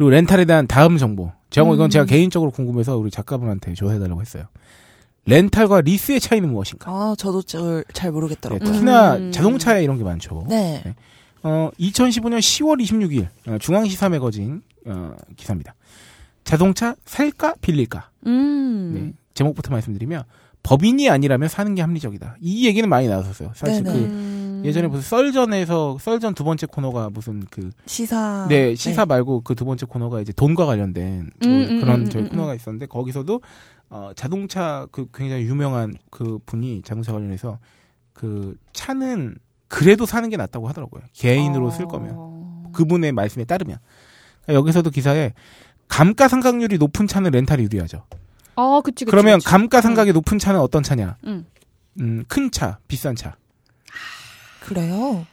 D: 고 렌탈에 대한 다음 정보. 정호 이건
E: 음.
D: 제가 개인적으로 궁금해서 우리 작가분한테 조사해달라고 했어요. 렌탈과 리스의 차이는 무엇인가?
F: 아, 저도 저- 잘
D: 네,
F: 모르겠더라고요.
D: 특히나
E: 음.
D: 자동차에 이런 게 많죠.
F: 네.
D: 네. 어, 2015년 10월 26일 어, 중앙시사 매거진 어, 기사입니다. 자동차 살까 빌릴까?
E: 음.
D: 네. 제목부터 말씀드리면 법인이 아니라면 사는 게 합리적이다. 이 얘기는 많이 나왔었어요. 사실
F: 네네.
D: 그
E: 음.
D: 예전에 무슨 썰전에서 썰전 두 번째 코너가 무슨 그
E: 아,
F: 시사.
D: 네, 시사 말고 그 두 번째 코너가 이제 돈과 관련된 뭐
E: 음, 음,
D: 그런
E: 음,
D: 저희
E: 음,
D: 코너가 있었는데 거기서도 어, 자동차 그 굉장히 유명한 그 분이 자동차 관련해서 그 차는 그래도 사는 게 낫다고 하더라고요. 개인으로 쓸 거면.
E: 어.
D: 그분의 말씀에 따르면 그러니까 여기서도 기사에 감가상각률이 높은 차는 렌탈이 유리하죠.
E: 아, 그치, 그치.
D: 그러면
E: 그치.
D: 감가상각이 높은 차는 어떤 차냐?
E: 음.
D: 음, 큰 차, 비싼 차.
F: 그래요?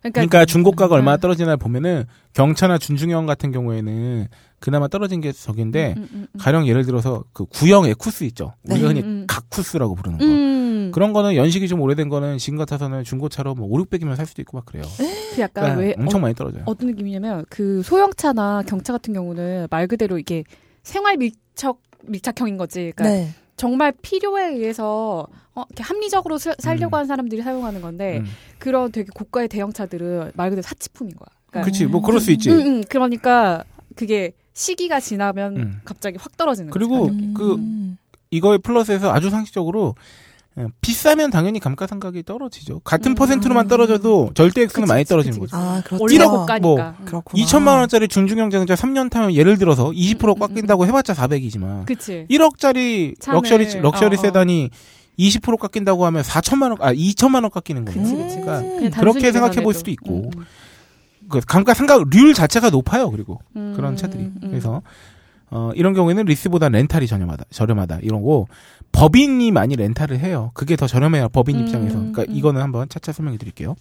E: 그러니까,
D: 그러니까 중고가가 얼마나
E: 음.
D: 떨어지나 보면은 경차나 준중형 같은 경우에는 그나마 떨어진 게 저긴데
E: 음, 음, 음.
D: 가령 예를 들어서 그 구형 에쿠스 있죠. 우리가
F: 네.
D: 흔히
E: 음, 음.
D: 각쿠스라고 부르는 거.
E: 음.
D: 그런 거는 연식이 좀 오래된 거는 지금 같아서는 중고차로 뭐 5, 600이면 살 수도 있고 막 그래요. 그러니까
E: 그 약간 왜
D: 네, 엄청 많이 떨어져요.
E: 어떤 느낌이냐면 그 소형차나 경차 같은 경우는 말 그대로 이게 생활 밀착 밀착형인 거지. 그러니까
F: 네.
E: 정말 필요에 의해서 어, 이렇게 합리적으로 스- 살려고
D: 음.
E: 하는 사람들이 사용하는 건데
D: 음.
E: 그런 되게 고가의 대형차들은 말 그대로 사치품인 거야. 그러니까,
D: 그치 뭐 그럴 수 있지.
E: 음, 음, 그러니까 그게 시기가 지나면
D: 음.
E: 갑자기 확 떨어지는 거지. 음.
D: 그리고
E: 가격이.
D: 그 이거에 플러스해서 아주 상식적으로 예, 비싸면 당연히 감가상각이 떨어지죠. 같은
E: 음.
D: 퍼센트로만 떨어져도 절대 액수는 많이 떨어지는 거죠.
F: 아, 그렇죠.
E: 원래
D: 일억
E: 고가니까. 음.
F: 그렇구나.
D: 2천만 원짜리 준중형 자동차 3년 타면 예를 들어서 20%꽉
E: 음, 음,
D: 낀다고 해봤자 400이지만
E: 그치.
D: 1억짜리
E: 차는-
D: 럭셔리 럭셔리
E: 어, 어.
D: 세단이 20% 깎인다고 하면 4천만 원, 아 2천만 원 깎이는
F: 음.
D: 거예요.
E: 그치, 그치.
D: 그러니까
E: 그냥 단순히
D: 그렇게 생각해 볼
E: 계산해도.
D: 수도 있고
E: 음,
D: 그 감가상각 률 자체가 높아요. 그리고
E: 음.
D: 그런 차들이
E: 음, 음.
D: 그래서 어, 이런 경우에는 리스보다 렌탈이 저렴하다, 저렴하다 이런 거 법인이 많이 렌탈을 해요. 그게 더 저렴해요. 법인
E: 음,
D: 입장에서. 그러니까
E: 음.
D: 이거는 한번 차차 설명해 드릴게요.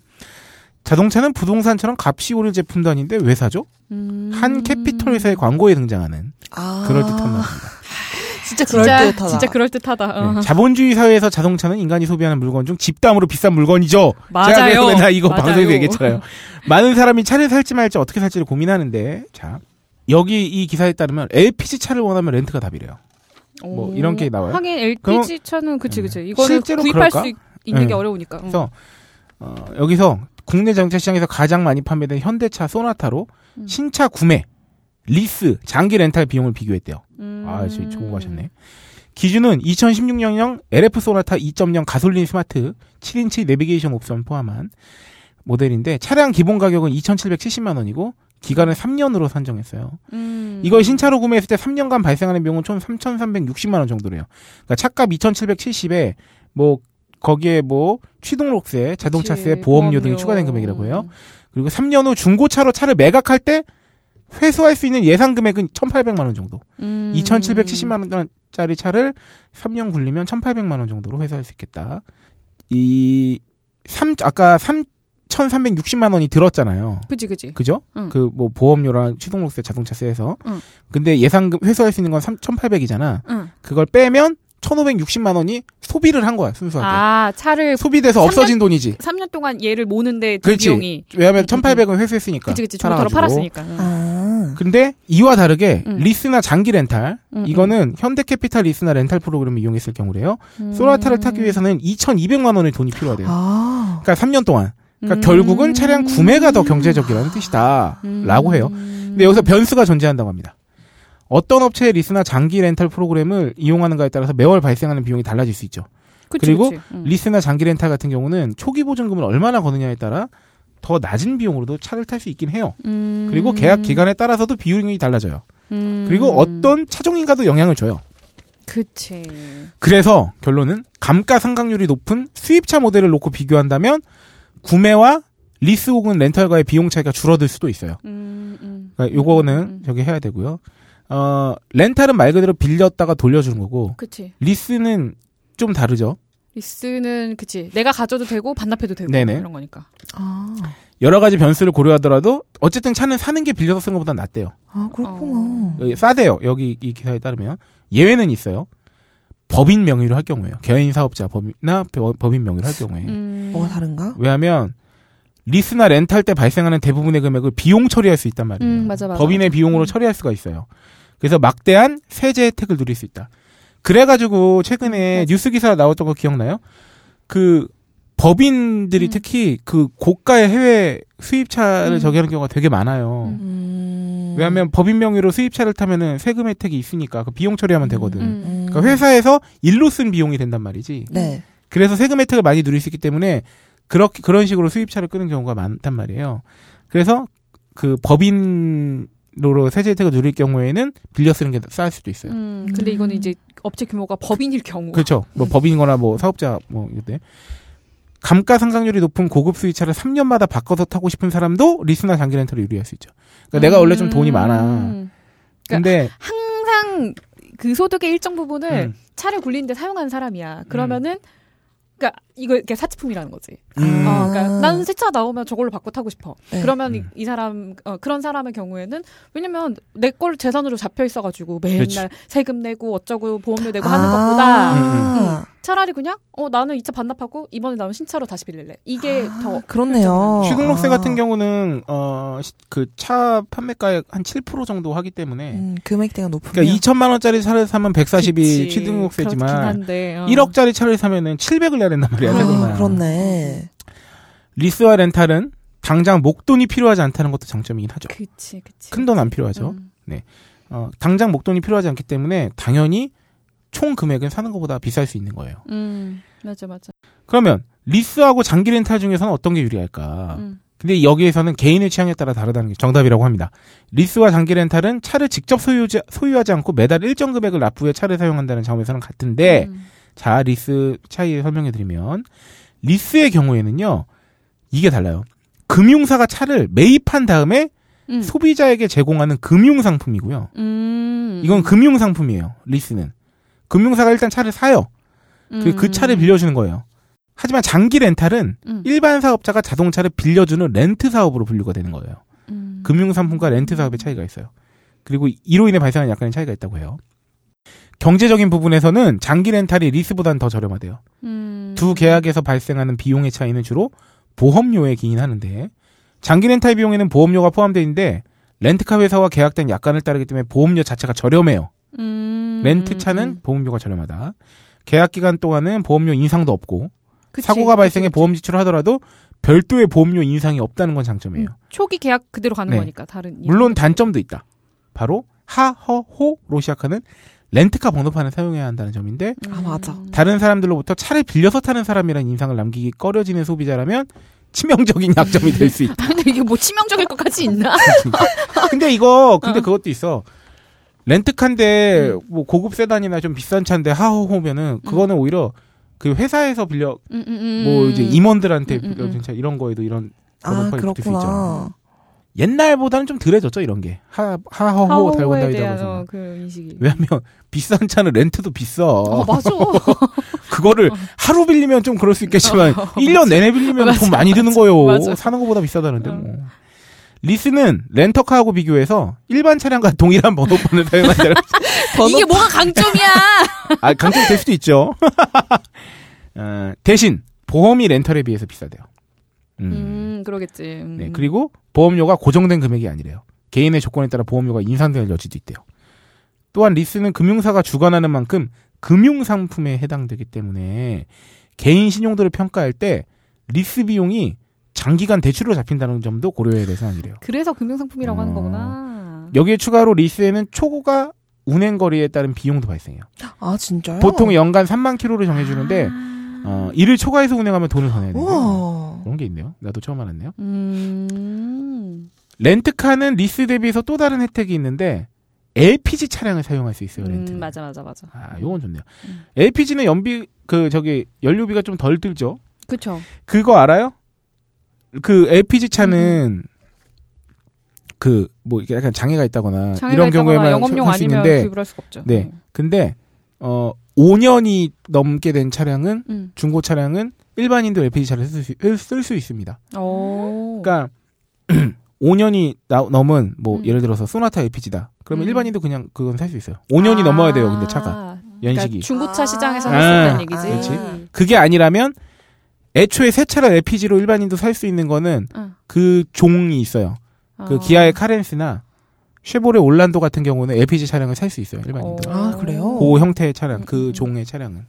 D: 자동차는 부동산처럼 값이 오를 제품도 아닌데 왜 사죠?
E: 음.
D: 한 캐피털 회사의 광고에 등장하는
F: 아.
D: 그럴 듯한 말입니다.
F: 진짜 그럴
E: 진짜
F: 듯하다.
E: 진짜 그럴 듯하다. 어.
D: 네, 자본주의 사회에서 자동차는 인간이 소비하는 물건 중 집담으로 비싼 물건이죠. 제가
E: 맞아요.
D: 그래서 맨날 이거
E: 맞아요.
D: 방송에서 얘기했잖아요. 많은 사람이 차를 살지 말지 어떻게 살지를 고민하는데 자 여기 이 기사에 따르면 LPG 차를 원하면 렌트가 답이래요. 뭐 이런 게 나와요.
E: 하긴
D: 그럼-
E: LPG 차는 그치 그치.
D: 네.
E: 이거는
D: 실제로
E: 구입할
D: 그럴까?
E: 수 있- 있는
D: 네.
E: 게 어려우니까. 응.
D: 그래서 어, 여기서 국내 자동차 시장에서 가장 많이 판매된 현대차 소나타로
E: 음.
D: 신차 구매, 리스, 장기 렌탈 비용을 비교했대요.
E: 음.
D: 아, 저희 좋고 가셨네. 기준은 2016년형 LF 소나타 2.0 가솔린 스마트 7인치 내비게이션 옵션 포함한 모델인데 차량 기본 가격은 2,770만 원이고 기간은 3년으로 산정했어요.
E: 음.
D: 이걸 신차로 구매했을 때 3년간 발생하는 비용은 총 3,360만 원 정도래요. 그러니까 차값 2,770에 뭐 거기에 뭐 취등록세, 자동차세,
E: 그치,
D: 보험료 등이 추가된 금액이라고 해요. 그리고 3년 후 중고차로 차를 매각할 때 회수할 수 있는 예상 금액은 1,800만 원 정도.
E: 음.
D: 2,770만 원짜리 차를 3년 굴리면 1,800만 원 정도로 회수할 수 있겠다. 이 3, 아까 3,360만 원이 들었잖아요.
E: 그치 그치.
D: 그죠?
E: 응.
D: 그 뭐 보험료랑 취등록세, 자동차세에서.
E: 응.
D: 근데 예상금 회수할 수 있는 건 3,800이잖아.
E: 응.
D: 그걸 빼면 1,560만 원이 소비를 한 거야, 순수하게.
E: 아 차를
D: 소비돼서
E: 삼 년?
D: 없어진 돈이지.
E: 3년 동안 얘를 모는데 그
D: 그렇지.
E: 비용이
D: 왜냐하면
E: 응,
D: 1,800은 회수했으니까.
E: 그치 그치 중고차로
D: 그러니까 팔아가지고.
E: 팔았으니까. 음.
F: 아.
D: 근데 이와 다르게
E: 응.
D: 리스나 장기 렌탈
E: 응,
D: 이거는 현대캐피탈 리스나 렌탈 프로그램을 이용했을 경우래요.
E: 음.
D: 소나타를 타기 위해서는 2,200만 원의 돈이 필요하대요.
F: 아.
D: 그러니까 3년 동안. 그러니까
E: 음.
D: 결국은 차량 구매가 더 경제적이라는
E: 음.
D: 뜻이다라고 해요. 근데 여기서 변수가 존재한다고 합니다. 어떤 업체의 리스나 장기 렌탈 프로그램을 이용하는가에 따라서 매월 발생하는 비용이 달라질 수 있죠.
E: 그치,
D: 그리고
E: 그치. 음.
D: 리스나 장기 렌탈 같은 경우는 초기 보증금을 얼마나 거느냐에 따라 더 낮은 비용으로도 차를 탈 수 있긴 해요.
E: 음.
D: 그리고 계약 기간에 따라서도 비용이 달라져요.
E: 음.
D: 그리고 어떤 차종인가도 영향을 줘요.
E: 그치.
D: 그래서 결론은 감가상각률이 높은 수입차 모델을 놓고 비교한다면 구매와 리스 혹은 렌탈과의 비용 차이가 줄어들 수도 있어요.
E: 음, 음.
D: 그러니까 요거는
E: 음.
D: 저기 해야 되고요. 어, 렌탈은 말 그대로 빌렸다가 돌려주는 거고
E: 그치.
D: 리스는 좀 다르죠.
E: 리스는 그치. 내가 가져도 되고 반납해도 되고
D: 네네.
E: 이런 거니까.
F: 아.
D: 여러 가지 변수를 고려하더라도 어쨌든 차는 사는 게 빌려서 쓴 것보다 낫대요.
F: 아,
E: 어.
F: 그렇구나.
D: 여기 싸대요. 여기 이 기사에 따르면 예외는 있어요. 법인 명의로 할 경우에요. 개인 사업자 법이나 버- 법인 명의로 할 경우에.
E: 음.
D: 어,
F: 뭐가 다른가?
D: 왜냐하면 리스나 렌탈 때 발생하는 대부분의 금액을 비용 처리할 수 있단 말이에요.
E: 음, 맞아, 맞아.
D: 법인의 비용으로 처리할 수가 있어요. 그래서 막대한 세제 혜택을 누릴 수 있다. 그래가지고
E: 네.
D: 최근에 뉴스 기사 나왔던 거 기억나요? 그 법인들이
E: 음.
D: 특히 그 고가의 해외 수입차를
E: 음.
D: 저기하는 경우가 되게 많아요.
E: 음.
F: 음.
D: 왜냐하면 법인 명의로 수입차를 타면은 세금 혜택이 있으니까 그 비용 처리하면 되거든.
E: 음.
D: 그러니까 회사에서 일로 쓴 비용이 된단 말이지.
F: 네.
D: 그래서 세금 혜택을 많이 누릴 수 있기 때문에 그렇게 그런 식으로 수입차를 끄는 경우가 많단 말이에요. 그래서 그 법인으로 세제 혜택을 누릴 경우에는 빌려 쓰는 게 싸울 수도 있어요.
E: 음, 근데 이거는 이제 업체 규모가 법인일 경우.
D: 그렇죠. 뭐
E: 음.
D: 법인이거나 뭐 사업자 뭐 이때 감가상각률이 높은 고급 수입차를 3년마다 바꿔서 타고 싶은 사람도 리스나 장기 렌터를 유리할 수 있죠. 그러니까 내가 원래 좀 돈이 많아.
E: 음.
D: 근데
E: 항상 그 소득의 일정 부분을
D: 음,
E: 음. 차를 굴리는데 사용하는 사람이야. 그러면은 그러니까 이거 이게 사치품이라는 거지.
A: 음.
E: 어, 그러니까 나는 새 차 나오면 저걸로 바꿔 타고 싶어.
F: 네.
E: 그러면
D: 음.
E: 이- 이 사람 어, 그런 사람의 경우에는 왜냐면 내 걸 재산으로 잡혀 있어가지고 맨날
D: 그렇지.
E: 세금 내고 어쩌고 보험료 내고
F: 아.
E: 하는
F: 음,
E: 것보다
D: 음,
E: 차라리 그냥 어 나는 이 차 반납하고 이번에 나온 신차로 다시 빌릴래. 이게 더 어.
F: 그렇네요.
D: 취등록세
F: 아.
D: 같은 경우는 어 그 차 판매가의 한 7% 정도 하기 때문에
F: 음, 금액대가 높으면
D: 그러니까 2천만 원짜리 차를 사면 140이
E: 그치. 그렇긴
D: 취등록세지만
E: 한데, 어.
D: 1억짜리 차를 사면은 700을 내야 된단 말이야.
F: 아,
D: 세금만.
F: 그렇네.
D: 리스와 렌탈은 당장 목돈이 필요하지 않다는 것도 장점이긴 하죠.
E: 그치 그치.
D: 큰 돈 안 필요하죠.
E: 음.
D: 어, 당장 목돈이 필요하지 않기 때문에 당연히 총 금액은 사는 것보다 비쌀 수 있는 거예요.
E: 음, 맞아 맞아.
D: 그러면 리스하고 장기 렌탈 중에서는 어떤 게 유리할까?
E: 음.
D: 근데 여기에서는 개인의 취향에 따라 다르다는 게 정답이라고 합니다. 리스와 장기 렌탈은 차를 직접 소유지, 소유하지 않고 매달 일정 금액을 납부 해 차를 사용한다는 점에서는 같은데
E: 음.
D: 자, 리스 차이 설명해 드리면 리스의 경우에는요. 이게 달라요. 금융사가 차를 매입한 다음에
E: 음.
D: 소비자에게 제공하는 금융 상품이고요.
E: 음.
D: 이건 그, 금융 상품이에요. 리스는. 금융사가 일단 차를 사요. 그, 그 차를 빌려주는 거예요. 하지만 장기 렌탈은
E: 음.
D: 일반 사업자가 자동차를 빌려주는 렌트 사업으로 분류가 되는 거예요.
E: 음.
D: 금융 상품과 렌트 사업의 차이가 있어요. 그리고 이로 인해 발생하는 약간의 차이가 있다고 해요. 경제적인 부분에서는 장기 렌탈이 리스보다는 더 저렴하대요.
E: 음.
D: 두 계약에서 발생하는 비용의 차이는 주로 보험료에 기인하는데 장기 렌탈 비용에는 보험료가 포함되어 있는데 렌트카 회사와 계약된 약관을 따르기 때문에 보험료 자체가 저렴해요.
E: 음.
D: 렌트차는 보험료가 저렴하다. 계약 기간 동안은 보험료 인상도 없고
E: 그치,
D: 사고가
E: 그치,
D: 발생해
E: 그치.
D: 보험 지출을 하더라도 별도의 보험료 인상이 없다는 건 장점이에요.
E: 음, 초기 계약 그대로 가는
D: 네.
E: 거니까 다른 이유.
D: 물론 단점도 있다. 바로 하허호로 시작하는 렌트카 번호판을 사용해야 한다는 점인데
E: 음.
F: 아, 맞아.
D: 다른 사람들로부터 차를 빌려서 타는 사람이라는 인상을 남기기 꺼려지는 소비자라면 치명적인 약점이 될 수 있다.
E: 근데 이게 뭐 치명적일 것까지 있나?
D: 근데 이거 근데 그것도 있어. 렌트카인데 뭐 고급 세단이나 좀 비싼 차인데 하허호면은 그거는 오히려 그 회사에서 빌려
E: 음, 음, 음.
D: 뭐 이제 임원들한테
E: 음, 음,
D: 빌려준 차 이런 거에도 이런
F: 아,
D: 번호판이 붙을 수
F: 그렇구나.
D: 옛날보다는 좀 덜해졌죠 이런 게 하, 하허호 어, 뭐, 달고
E: 하우에
D: 다니다
E: 대한
D: 보서
E: 어, 그 인식이.
D: 왜냐면 비싼 차는 렌트도 비싸.
E: 어, 맞아.
D: 그거를 하루 빌리면 좀 그럴 수 있겠지만
E: 어,
D: 일 1년 내내 빌리면
E: 맞아,
D: 돈 많이 드는
E: 맞아,
D: 거예요.
E: 맞아.
D: 사는 것보다 비싸다는데
E: 어.
D: 뭐. 리스는 렌터카하고 비교해서 일반 차량과 동일한 번호판을 사용한다는
E: 이게 뭐가 강점이야?
D: 아, 강점이 될 수도 있죠. 어, 대신 보험이 렌털에 비해서 비싸대요. 음.
E: 음, 그러겠지. 음.
D: 네, 그리고 보험료가 고정된 금액이 아니래요. 개인의 조건에 따라 보험료가 인상될 여지도 있대요. 또한 리스는 금융사가 주관하는 만큼 금융상품에 해당되기 때문에 개인 신용도를 평가할 때 리스 비용이 장기간 대출로 잡힌다는 점도 고려해야 돼서 아니래요.
E: 그래서 금융상품이라고 하는
D: 어.
E: 거구나.
D: 여기에 추가로 리스에는 초과 운행거리에 따른 비용도 발생해요.
F: 아, 진짜요?
D: 보통 연간 3만 킬로를 정해주는데 어, 이를 초과해서 운행하면 돈을 더 내야 돼요.
F: 아. 우와.
D: 그런 게 있네요. 나도 처음 알았네요.
E: 음.
D: 렌트카는 리스 대비해서 또 다른 혜택이 있는데 LPG 차량을 사용할 수 있어요 렌트.
E: 음, 맞아, 음. 맞아, 맞아.
D: 아, 요건 좋네요. LPG는 연비 그 저기 연료비가 좀 덜 들죠.
E: 그쵸.
D: 그거 알아요? 그 LPG 차는
E: 음,
D: 그 뭐 약간 장애가 있다거나
E: 장애가
D: 아, 이런
E: 있다거나
D: 경우에만
E: 영업용
D: 할수
E: 아니면
D: 있는데
E: 구입을 할 수가 없죠.
D: 네. 근데 어 5년이 넘게 된 차량은
E: 음.
D: 중고 차량은 일반인도 LPG 차를 쓸 수 있습니다.
E: 오.
D: 그러니까 5년이 넘은 뭐
E: 음.
D: 예를 들어서 소나타 LPG다. 그러면
E: 음.
D: 일반인도 그냥 그건 살 수 있어요. 5년이
E: 아.
D: 넘어야 돼요. 근데 차가
E: 그러니까
D: 연식이.
E: 중고차
F: 아.
E: 시장에서 할 수 있다는
D: 아,
E: 얘기지. 음.
F: 그치.
D: 그게 아니라면 애초에 새 차를 LPG로 일반인도 살 수 있는 거는
E: 응.
D: 그 종이 있어요.
E: 어.
D: 그 기아의 카렌스나 쉐보레 올란도 같은 경우는 LPG 차량을 살 수 있어요. 일반인도.
E: 어.
F: 아, 그래요?
D: 그 형태의 차량,
E: 음,
D: 그
E: 음.
D: 종의 차량은.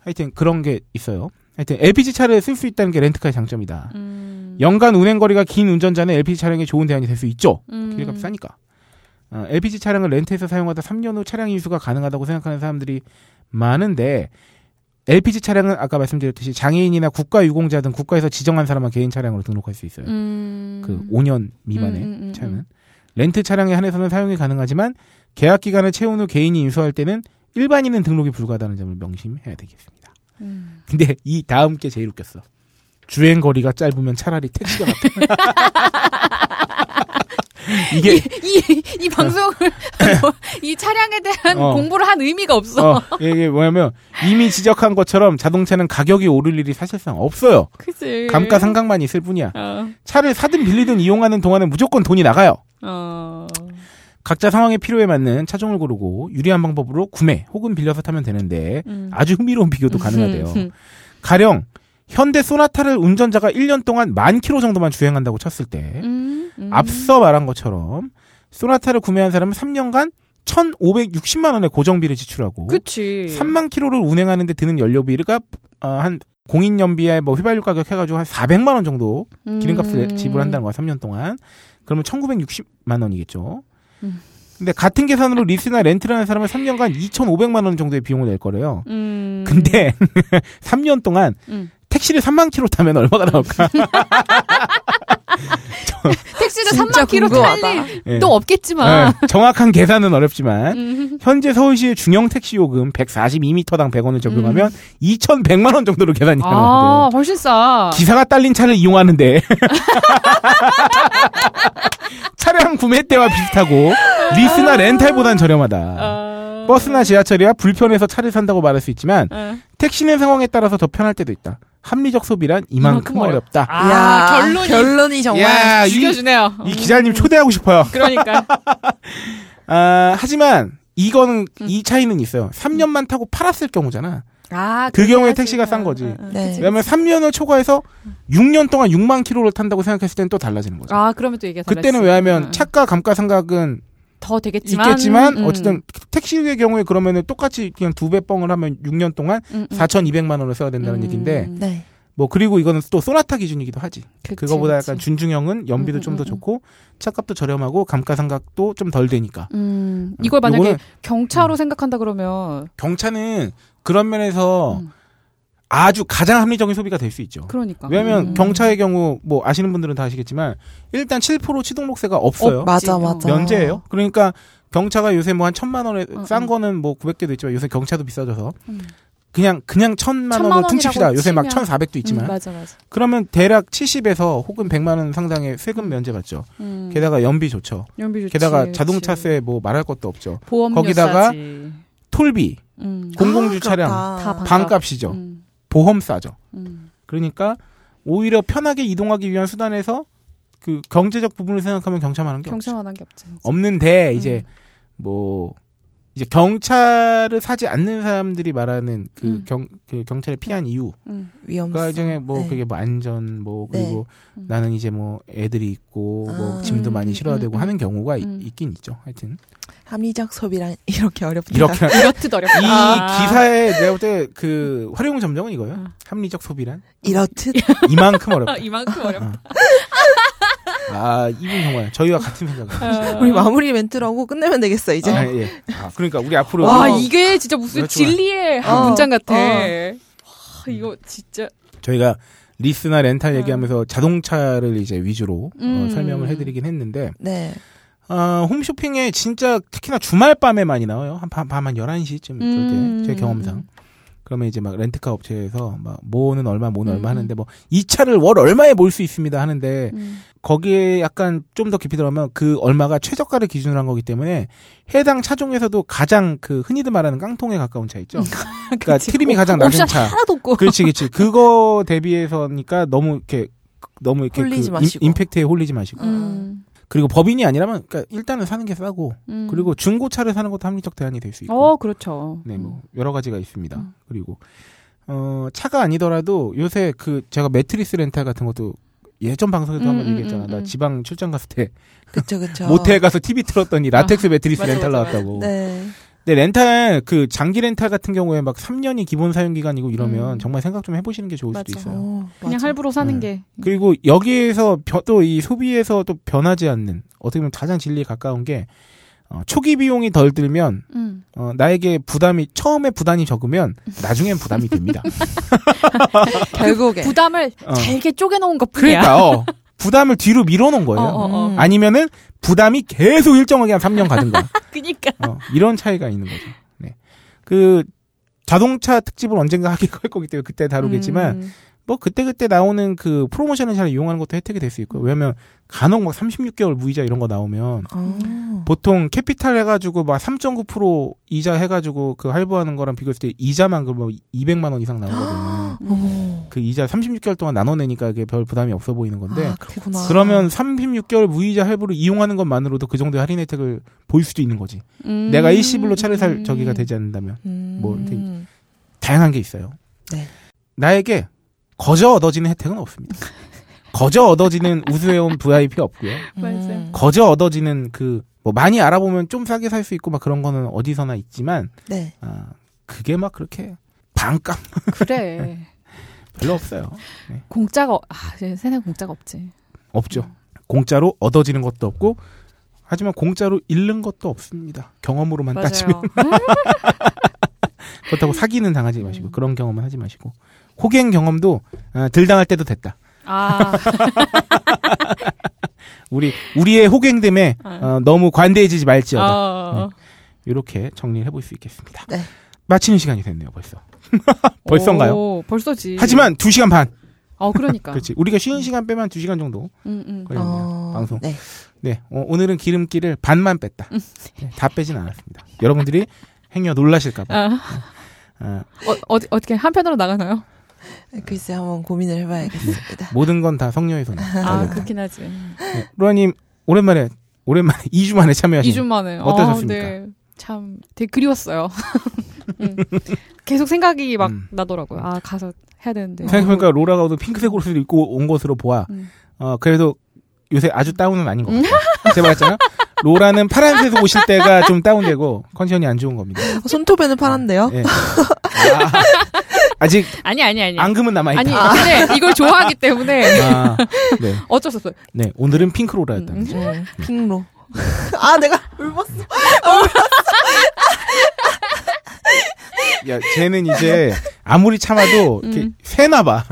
D: 하여튼 그런 게 있어요. 하여튼 LPG 차를 쓸 수 있다는 게 렌트카의 장점이다.
E: 음.
D: 연간 운행 거리가 긴 운전자는 LPG 차량이 좋은 대안이 될 수 있죠.
E: 음.
D: 기회가 싸니까. 어, LPG 차량을 렌트해서 사용하다 3년 후 차량 인수가 가능하다고 생각하는 사람들이 많은데 LPG 차량은 아까 말씀드렸듯이 장애인이나 국가유공자 등 국가에서 지정한 사람만 개인 차량으로 등록할 수 있어요.
E: 음.
D: 그 5년 미만의
E: 음, 음, 음,
D: 차는
E: 음.
D: 렌트 차량에 한해서는 사용이 가능하지만 계약 기간을 채운 후 개인이 인수할 때는 일반인은 등록이 불가하다는 점을 명심해야 되겠습니다.
E: 음.
D: 근데 이 다음 게 제일 웃겼어. 주행 거리가 짧으면 차라리 택시가 같아. 이게
E: 이, 이 방송을 뭐, 이 차량에 대한
D: 어.
E: 공부를 한 의미가 없어.
D: 어, 이게 뭐냐면 이미 지적한 것처럼 자동차는 가격이 오를 일이 사실상 없어요.
E: 그치.
D: 감가상각만 있을 뿐이야.
E: 네. 어.
D: 차를 사든 빌리든 이용하는 동안은 무조건 돈이 나가요.
E: 어.
D: 각자 상황의 필요에 맞는 차종을 고르고 유리한 방법으로 구매 혹은 빌려서 타면 되는데
E: 음.
D: 아주 흥미로운 비교도 가능하대요. 가령 현대 소나타를 운전자가 1년 동안 만 킬로 정도만 주행한다고 쳤을 때
E: 음, 음.
D: 네. 앞서 말한 것처럼 소나타를 구매한 사람은 3년간 1,560만 원의 고정비를 지출하고
E: 그치.
D: 3만 킬로를 운행하는데 드는 연료비가 어, 한 공인연비에 뭐 휘발유 가격 해가지고 한 400만 원 정도 기름값을
E: 음.
D: 지불한다는 거야 3년 동안 그러면 1960만 원이겠죠
E: 음.
D: 근데 같은 계산으로 리스나 렌트를 하는 사람은 3년간 2500만 원 정도의 비용을 낼 거래요
E: 음.
D: 근데 3년 동안
E: 음.
D: 택시를 3만 킬로 타면 얼마가 나올까
E: 택시를
F: 진짜
E: 3만 킬로
F: 궁금하다.
E: 탈리
D: 예.
E: 또 없겠지만.
D: 예, 정확한 계산은 어렵지만
E: 음.
D: 현재 서울시의 중형 택시 요금 142m당 100원을 적용하면 2100만 원 정도로 계산이 가능한데요
E: 음. 아, 훨씬 싸.
D: 기사가 딸린 차를 이용하는데 차량 구매 때와 비슷하고 리스나 렌탈보단 저렴하다.
E: 어.
D: 버스나 지하철이야 불편해서 차를 산다고 말할 수 있지만
E: 어.
D: 택시는 상황에 따라서 더 편할 때도 있다. 합리적 소비란 이만큼
E: 이만큼
D: 어렵다.
E: 아, 결론이
F: 정말
D: 야, 이,
E: 죽여주네요.
D: 이 기자님 초대하고 싶어요.
E: 그러니까.
D: 아, 하지만 이건
E: 음.
D: 이 차이는 있어요. 3년만 타고 팔았을 경우잖아.
E: 아,
D: 그 경우에
E: 그렇게
D: 택시가
E: 하지.
D: 싼 거지.
E: 어, 어, 어.
F: 네.
E: 그치,
D: 왜냐면
E: 그치.
D: 3년을 초과해서 6년 동안 6만 킬로를 탄다고 생각했을 때는 또 달라지는 거죠.
E: 아, 그러면 또 얘기가
D: 그때는
E: 달라지지.
D: 왜냐하면
E: 어.
D: 차가 감가상각은
E: 더 되겠지만.
D: 있겠지만
E: 음.
D: 어쨌든 택시의 경우에 그러면은 똑같이 그냥 두 배 뻥을 하면 6년 동안
E: 음, 음.
D: 4,200만 원을 써야 된다는
E: 음.
D: 얘기인데
F: 네.
D: 뭐 그리고 이거는 또 소나타 기준이기도 하지.
E: 그치,
D: 그거보다
E: 그치.
D: 약간 준중형은 연비도
E: 음,
D: 좀 더
E: 음, 음.
D: 좋고 차값도 저렴하고 감가상각도 좀 덜 되니까.
E: 음, 이걸 만약에
D: 요거는 음.
E: 경차로 생각한다 그러면
D: 경차는 그런 면에서
E: 음.
D: 아주 가장 합리적인 소비가 될 수 있죠.
E: 그러니까.
D: 왜냐하면
E: 음.
D: 경차의 경우 뭐 아시는 분들은 다 아시겠지만 일단 7% 취등록세가 없어요.
F: 맞아
E: 어.
F: 맞아.
D: 면제예요. 그러니까 경차가 요새 뭐 한 천만 원에
E: 응,
D: 싼
E: 응.
D: 거는 뭐 900개도 있지만 요새 경차도 비싸져서
E: 음.
D: 그냥 그냥 천만
E: 천만
D: 원으로
E: 원이라고
D: 퉁칩시다. 요새 막
E: 치면.
D: 1,400도 있지만
E: 음, 맞아 맞아.
D: 그러면 대략 70에서 혹은 100만 원 상당의 세금 면제 받죠.
E: 음.
D: 게다가 연비 좋죠.
E: 연비 좋지.
D: 게다가
E: 그치.
D: 자동차세 뭐 말할 것도 없죠.
E: 보험료
D: 거기다가
E: 싸지.
D: 톨비,
E: 음.
F: 아,
D: 공공주 차량,
E: 다 방-
D: 반값이죠.
E: 음,
D: 보험 싸죠.
E: 음.
D: 그러니까 오히려 편하게 이동하기 위한 수단에서 그 경제적 부분을 생각하면 경차만한 게 없죠. 어?
E: 경차만 한 게 없지.
D: 없는데 이제
E: 음.
D: 뭐 이제 경찰을 사지 않는 사람들이 말하는 그,
E: 음.
D: 경, 그 경찰을 피한 이유가
E: 음.
F: 위험성.
D: 일종의 뭐
F: 네.
D: 그게 뭐 안전 뭐
F: 네.
D: 그리고
E: 음.
D: 나는 이제 뭐 애들이 있고 뭐
F: 아.
D: 짐도
E: 음,
D: 많이
E: 음,
D: 실어야
E: 음,
D: 되고
E: 음.
D: 하는 경우가
E: 음.
D: 있, 긴 있죠. 하여튼
F: 합리적 소비란 이렇게 어렵다.
D: 이렇게
E: 이렇듯 어렵다.
D: 이
E: 아.
D: 기사에 내가 볼 때 그 활용 점정은 이거예요.
E: 음.
D: 합리적 소비란
F: 이렇듯
D: 이만큼 어렵다.
E: 이만큼
D: 어. 아 이분 정말 저희와 같은
E: 아.
D: 생각을.
F: 우리 마무리 멘트로 하고 끝내면 되겠어 이제.
D: 아, 예. 아, 그러니까 우리 앞으로
E: 와 이게 진짜 무슨
D: 그렇죠.
E: 어. 진리의 한
F: 어,
E: 문장 같아.
F: 어.
E: 와, 이거 진짜
D: 저희가 리스나 렌탈 얘기하면서 자동차를 이제 위주로 어,
E: 음.
D: 설명을 해드리긴 했는데
F: 네.
D: 아, 홈쇼핑에 진짜 특히나 주말 밤에 많이 나와요. 한 밤 밤한 11시쯤
E: 음.
D: 그때 제 경험상. 그러면 이제 막 렌트카 업체에서 막 뭐는 얼마 뭐는 얼마 하는데 뭐 이 차를 월 얼마에 몰 수 있습니다 하는데
E: 음.
D: 거기에 약간 좀 더 깊이 들어가면 그 얼마가 최저가를 기준으로 한 거기 때문에 해당 차종에서도 가장 그 흔히들 말하는 깡통에 가까운 차 있죠. 그러니까
E: 그치.
D: 트림이 가장 낮은
E: 옵션
D: 차.
E: 하나도 없고.
D: 그렇지, 그렇지. 그거 대비해서니까 너무 이렇게 너무 이렇게
F: 홀리지
D: 그 임-
F: 마시고.
D: 임팩트에 홀리지 마시고
E: 음.
D: 그리고 법인이 아니라면 그러니까 일단은 사는 게 싸고
E: 음.
D: 그리고 중고차를 사는 것도 합리적 대안이 될 수 있고
E: 어 그렇죠.
D: 네 뭐 여러 가지가 있습니다.
E: 음.
D: 그리고 어 차가 아니더라도 요새 그 제가 매트리스 렌탈 같은 것도 예전 방송에도
E: 음,
D: 한번
E: 음,
D: 얘기했잖아.
E: 음,
D: 나
E: 음.
D: 지방 출장 갔을 때
F: 아, 그쵸 그쵸.
D: 모텔 가서 TV 틀었더니 라텍스 매트리스
E: 맞아,
D: 렌탈
E: 맞아,
D: 나왔다고.
F: 네.
D: 근데 렌탈 그 장기 렌탈 같은 경우에 막 3년이 기본 사용 기간이고 이러면
E: 음.
D: 정말 생각 좀 해보시는 게 좋을 수도
E: 맞아.
D: 있어요.
F: 어,
E: 그냥
F: 맞아.
E: 할부로 사는
D: 음.
E: 게.
D: 그리고 여기에서 또 이 소비에서 또 변하지 않는 어떻게 보면 가장 진리에 가까운 게 어, 초기 비용이 덜 들면
E: 음.
D: 어, 나에게 부담이 처음에 부담이 적으면 나중엔 부담이 됩니다.
F: 결국에
E: 부담을
D: 어.
E: 잘게 쪼개놓은 것뿐이야.
D: 그러니까 어, 부담을 뒤로 밀어놓은
E: 어,
D: 거예요.
E: 어, 어.
F: 음.
D: 아니면은 부담이 계속 일정하게 한 3년 가든가
E: 그니까.
D: 어, 이런 차이가 있는 거죠. 네. 그 자동차 특집을 언젠가 하긴 할 거기 때문에 그때 다루겠지만
E: 음.
D: 뭐 그때그때 나오는 그 프로모션을 잘 이용하는 것도 혜택이 될 수 있고요. 왜냐면 간혹 막 36개월 무이자 이런 거 나오면
F: 아.
D: 보통 캐피탈 해가지고 막 3.9% 이자 해가지고 그 할부하는 거랑 비교했을 때 이자만 그뭐 200만 원 이상 나오거든요.
F: 어.
D: 그 이자 36개월 동안 나눠내니까 이게 별 부담이 없어 보이는 건데
F: 아, 그렇구나.
D: 그러면 36개월 무이자 할부를 이용하는 것만으로도 그 정도의 할인 혜택을 보일 수도 있는 거지.
E: 음.
D: 내가 일시불로 차를 살 저기가 되지 않는다면
F: 음.
D: 뭐 이렇게 다양한 게 있어요.
F: 네.
D: 나에게 거저 얻어지는 혜택은 없습니다. 거저 얻어지는 우수해온 VIP 없고요.
F: 음.
E: 맞아요.
D: 거저 얻어지는 그 뭐 많이 알아보면 좀 싸게 살 수 있고 막 그런 거는 어디서나 있지만
F: 네.
D: 아 그게 막 그렇게 반값
E: 그래.
D: 네. 별로 없어요.
E: 공짜가 없- 아, 이제 세상 공짜가 없지.
D: 없죠. 공짜로 얻어지는 것도 없고 하지만 공짜로 잃는 것도 없습니다. 경험으로만 따지면 그렇다고 사기는 당하지
E: 음.
D: 마시고 그런 경험은 하지 마시고 호갱 경험도 아, 들 당할 때도 됐다.
E: 아,
D: 우리 우리의 호갱됨에
E: 아.
D: 어, 너무 관대해지지 말지어다
E: 어.
D: 이렇게 정리를 해볼 수 있겠습니다.
F: 네.
D: 마치는 시간이 됐네요 벌써. 벌써인가요?
E: 오, 예. 벌써지.
D: 하지만 2 시간 반.
E: 어, 그러니까.
D: 그렇지. 우리가 쉬는 시간 빼면 2 시간 정도
E: 음, 음.
D: 걸리네요. 방송.
F: 네.
D: 네. 어, 오늘은 기름기를 반만 뺐다.
E: 음.
D: 네, 다 빼진 않았습니다. 여러분들이 행여 놀라실까봐.
E: 아,
D: 아,
E: 어, 어디- 어떻게 한편으로 나가나요?
F: 글쎄 한번 고민을 해봐야겠습니다.
D: 모든 건 다 성녀의 손에.
E: 아,
D: 달려있다.
E: 그렇긴 하지.
D: 네, 로아님 오랜만에 오랜만에 2주 만에 참여하신.
E: 2주 만에.
D: 네. 어떠셨습니까?
E: 아, 네. 참 되게 그리웠어요. 음. 계속 생각이 막
D: 음.
E: 나더라고요. 아, 가서 해야 되는데.
D: 생각해보니까 로라가 오늘 핑크색 옷을 입고 온 것으로 보아.
E: 음.
D: 어, 그래도 요새 아주 다운은 아닌 것 같아요. 제가 말했잖아요. 로라는 파란색 오실 때가 좀 다운되고 컨디션이 안 좋은 겁니다.
F: 어, 손톱에는 파란데요?
D: 예. 아, 아직
E: 아니, 아니, 아니.
D: 앙금은
E: 아니,
D: 남아있다.
E: 근데 이걸 좋아하기 때문에
D: 아, 네.
E: 어쩔 수 없어요.
D: 네, 오늘은 핑크 로라였다.
E: 음.
F: 네. 핑로. 아 내가 울었어.
D: 야, 쟤는 이제 아무리 참아도 이렇게
E: 음.
D: 새나 봐.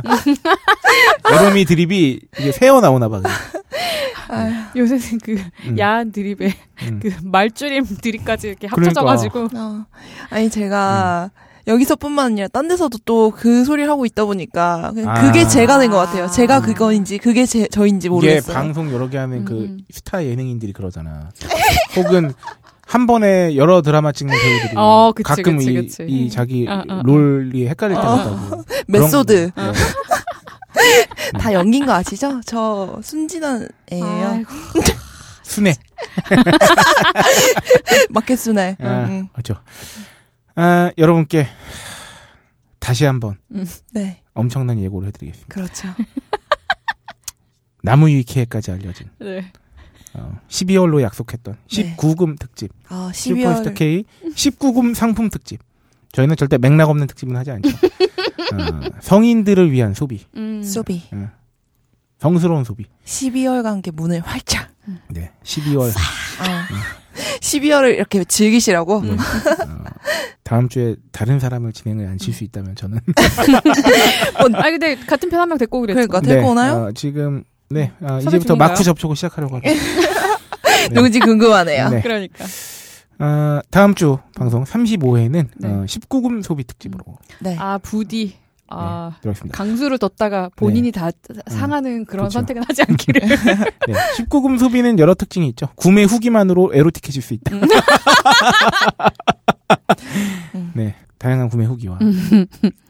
D: 여름이 드립이 이게 새어 나오나 봐. 그냥.
E: 요새는 그
D: 음.
E: 야한 드립에
D: 음.
E: 그 말줄임 드립까지 이렇게
D: 그러니까.
E: 합쳐져가지고.
F: 어. 아니 제가 여기서뿐만 아니라 딴 데서도 또 그 소리를 하고 있다 보니까 그냥
D: 아.
F: 그게 제가 된 것 같아요.
E: 아.
F: 제가 그거인지 그게 제, 저인지
D: 이게
F: 모르겠어요.
D: 방송 여러 개 하는 그
E: 음.
D: 스타 예능인들이 그러잖아. 혹은 한 번에 여러 드라마 찍는 배우들이
E: 어, 그치,
D: 가끔
E: 그치,
D: 이,
E: 그치. 어.
D: 이 자기
E: 아, 아, 아.
D: 롤이 헷갈릴 때가
F: 아.
D: 있다고.
F: 메소드
D: 그런
E: 어.
D: 음. 거. 네.
F: 다 연긴 거 아시죠? 저 순진한 애예요.
E: 아이고.
D: 순회.
F: 마켓순애.
D: 아,
F: 음.
D: 그렇죠. 아, 여러분께 다시 한번
F: 네,
D: 엄청난 예고를 해드리겠습니다.
F: 그렇죠.
D: 나무 위키에까지 알려진
E: 네.
D: 어, 12월로 약속했던
F: 네.
D: 19금 특집.
F: 아, 12월.
D: 슈퍼스타 K 19금 상품 특집. 저희는 절대 맥락 없는 특집은 하지 않죠. 어, 성인들을 위한 소비,
E: 음.
F: 소비.
D: 성스러운 소비.
F: 12월 관계 문을 활짝.
D: 네, 12월.
F: 어. 12월을 이렇게 즐기시라고.
D: 네. 어, 다음 주에 다른 사람을 진행을 안 칠 수 있다면 저는.
E: 아 근데 같은 편 한 명 데리고 오기로 했죠.
F: 그러니까 데리고
D: 네,
F: 오나요?
D: 어, 지금 네 아,
E: 섭외
D: 이제부터
E: 중인가요?
D: 마크 접촉을 시작하려고 하고. 네.
F: 누군지 궁금하네요.
D: 네.
E: 그러니까.
D: 어, 다음 주 방송 35회는
E: 네.
D: 19금 소비 특집으로
F: 네.
E: 아 부디 아
D: 네, 들어가겠습니다.
E: 강수를 뒀다가 본인이 다 상하는 그런
D: 그렇죠.
E: 선택은 하지 않기를.
D: 네, 19금 소비는 여러 특징이 있죠. 구매 후기만으로 에로틱해질 수 있다.
F: 음.
D: 네, 다양한 구매 후기와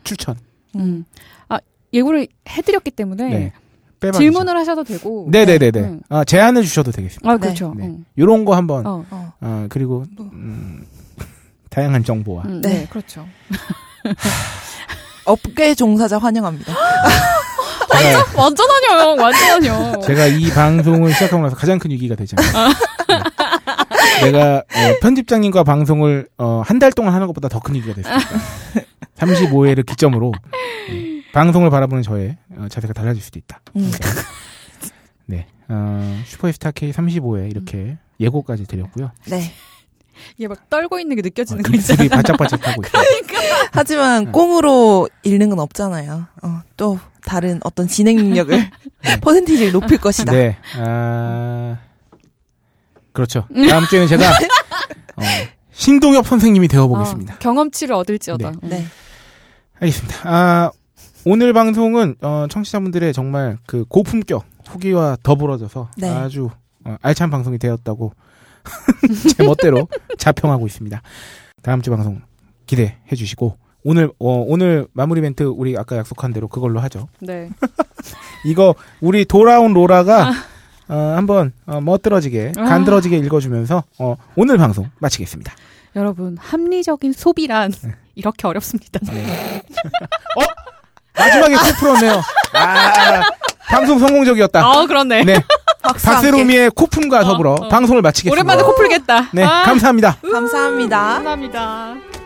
D: 추천.
E: 음. 아 예고를 해드렸기 때문에
D: 네. 빼박이죠.
E: 질문을 하셔도 되고.
D: 네네네네.
E: 음.
D: 아, 제안을 주셔도 되겠습니다.
E: 아 그렇죠.
D: 네.
E: 음.
D: 요런 거 한번.
E: 어.
F: 어.
D: 아, 그리고,
F: 뭐.
D: 음, 다양한 정보와.
E: 음,
F: 네.
E: 네. 그렇죠.
F: 업계 종사자 환영합니다.
D: 제가,
E: 완전 환영, 완전 환영.
D: 제가 이 방송을 시작하고 나서 가장 큰 위기가 되지 않았어요. 네. 내가 어, 편집장님과 방송을 어, 한 달 동안 하는 것보다 더 큰 위기가 됐습니다. 35회를 기점으로 네, 방송을 바라보는 저의 어, 자세가 달라질 수도 있다.
F: 음.
D: 네. 어, 슈퍼스타 K 35회 이렇게
E: 음.
D: 예고까지 드렸고요.
F: 네.
E: 얘 막 떨고 있는 게
D: 어,
E: 느껴지는 거
D: 입술이
E: 있잖아.
D: 바짝바짝하고 있어요.
F: 하지만 꽁으로 읽는 건 없잖아요. 어, 또 다른 어떤 진행 능력을 퍼센티지를 높일 것이다.
D: 네. 아... 그렇죠. 다음 주에는 제가 어,
E: 아,
D: 신동엽 선생님이 되어 보겠습니다.
E: 어, 경험치를 얻을지어다.
D: 네.
E: 음.
F: 네.
D: 알겠습니다. 아, 오늘 방송은 어, 청취자분들의 정말 그 고품격 후기와 더불어져서
F: 네.
D: 아주 어, 알찬 방송이 되었다고 제 멋대로 자평하고 있습니다. 다음 주 방송 기대해 주시고 오늘 어, 오늘 마무리 멘트 우리 아까 약속한 대로 그걸로 하죠.
E: 네.
D: 이거 우리 돌아온 로라가 어, 한번 어, 멋들어지게 간드러지게 읽어주면서 어, 오늘 방송 마치겠습니다.
E: 여러분 합리적인 소비란
D: 네.
E: 이렇게 어렵습니다.
D: 마지막에 코 풀었네요. 아, 방송 성공적이었다.
E: 아 그렇네.
D: 네,
F: 박수 함께.
D: 박세롬이의 코품과 더불어
E: 어.
D: 방송을 마치겠습니다.
E: 오랜만에 코 풀겠다.
D: 네,
E: 아,
D: 감사합니다.
F: 감사합니다.
E: 감사합니다.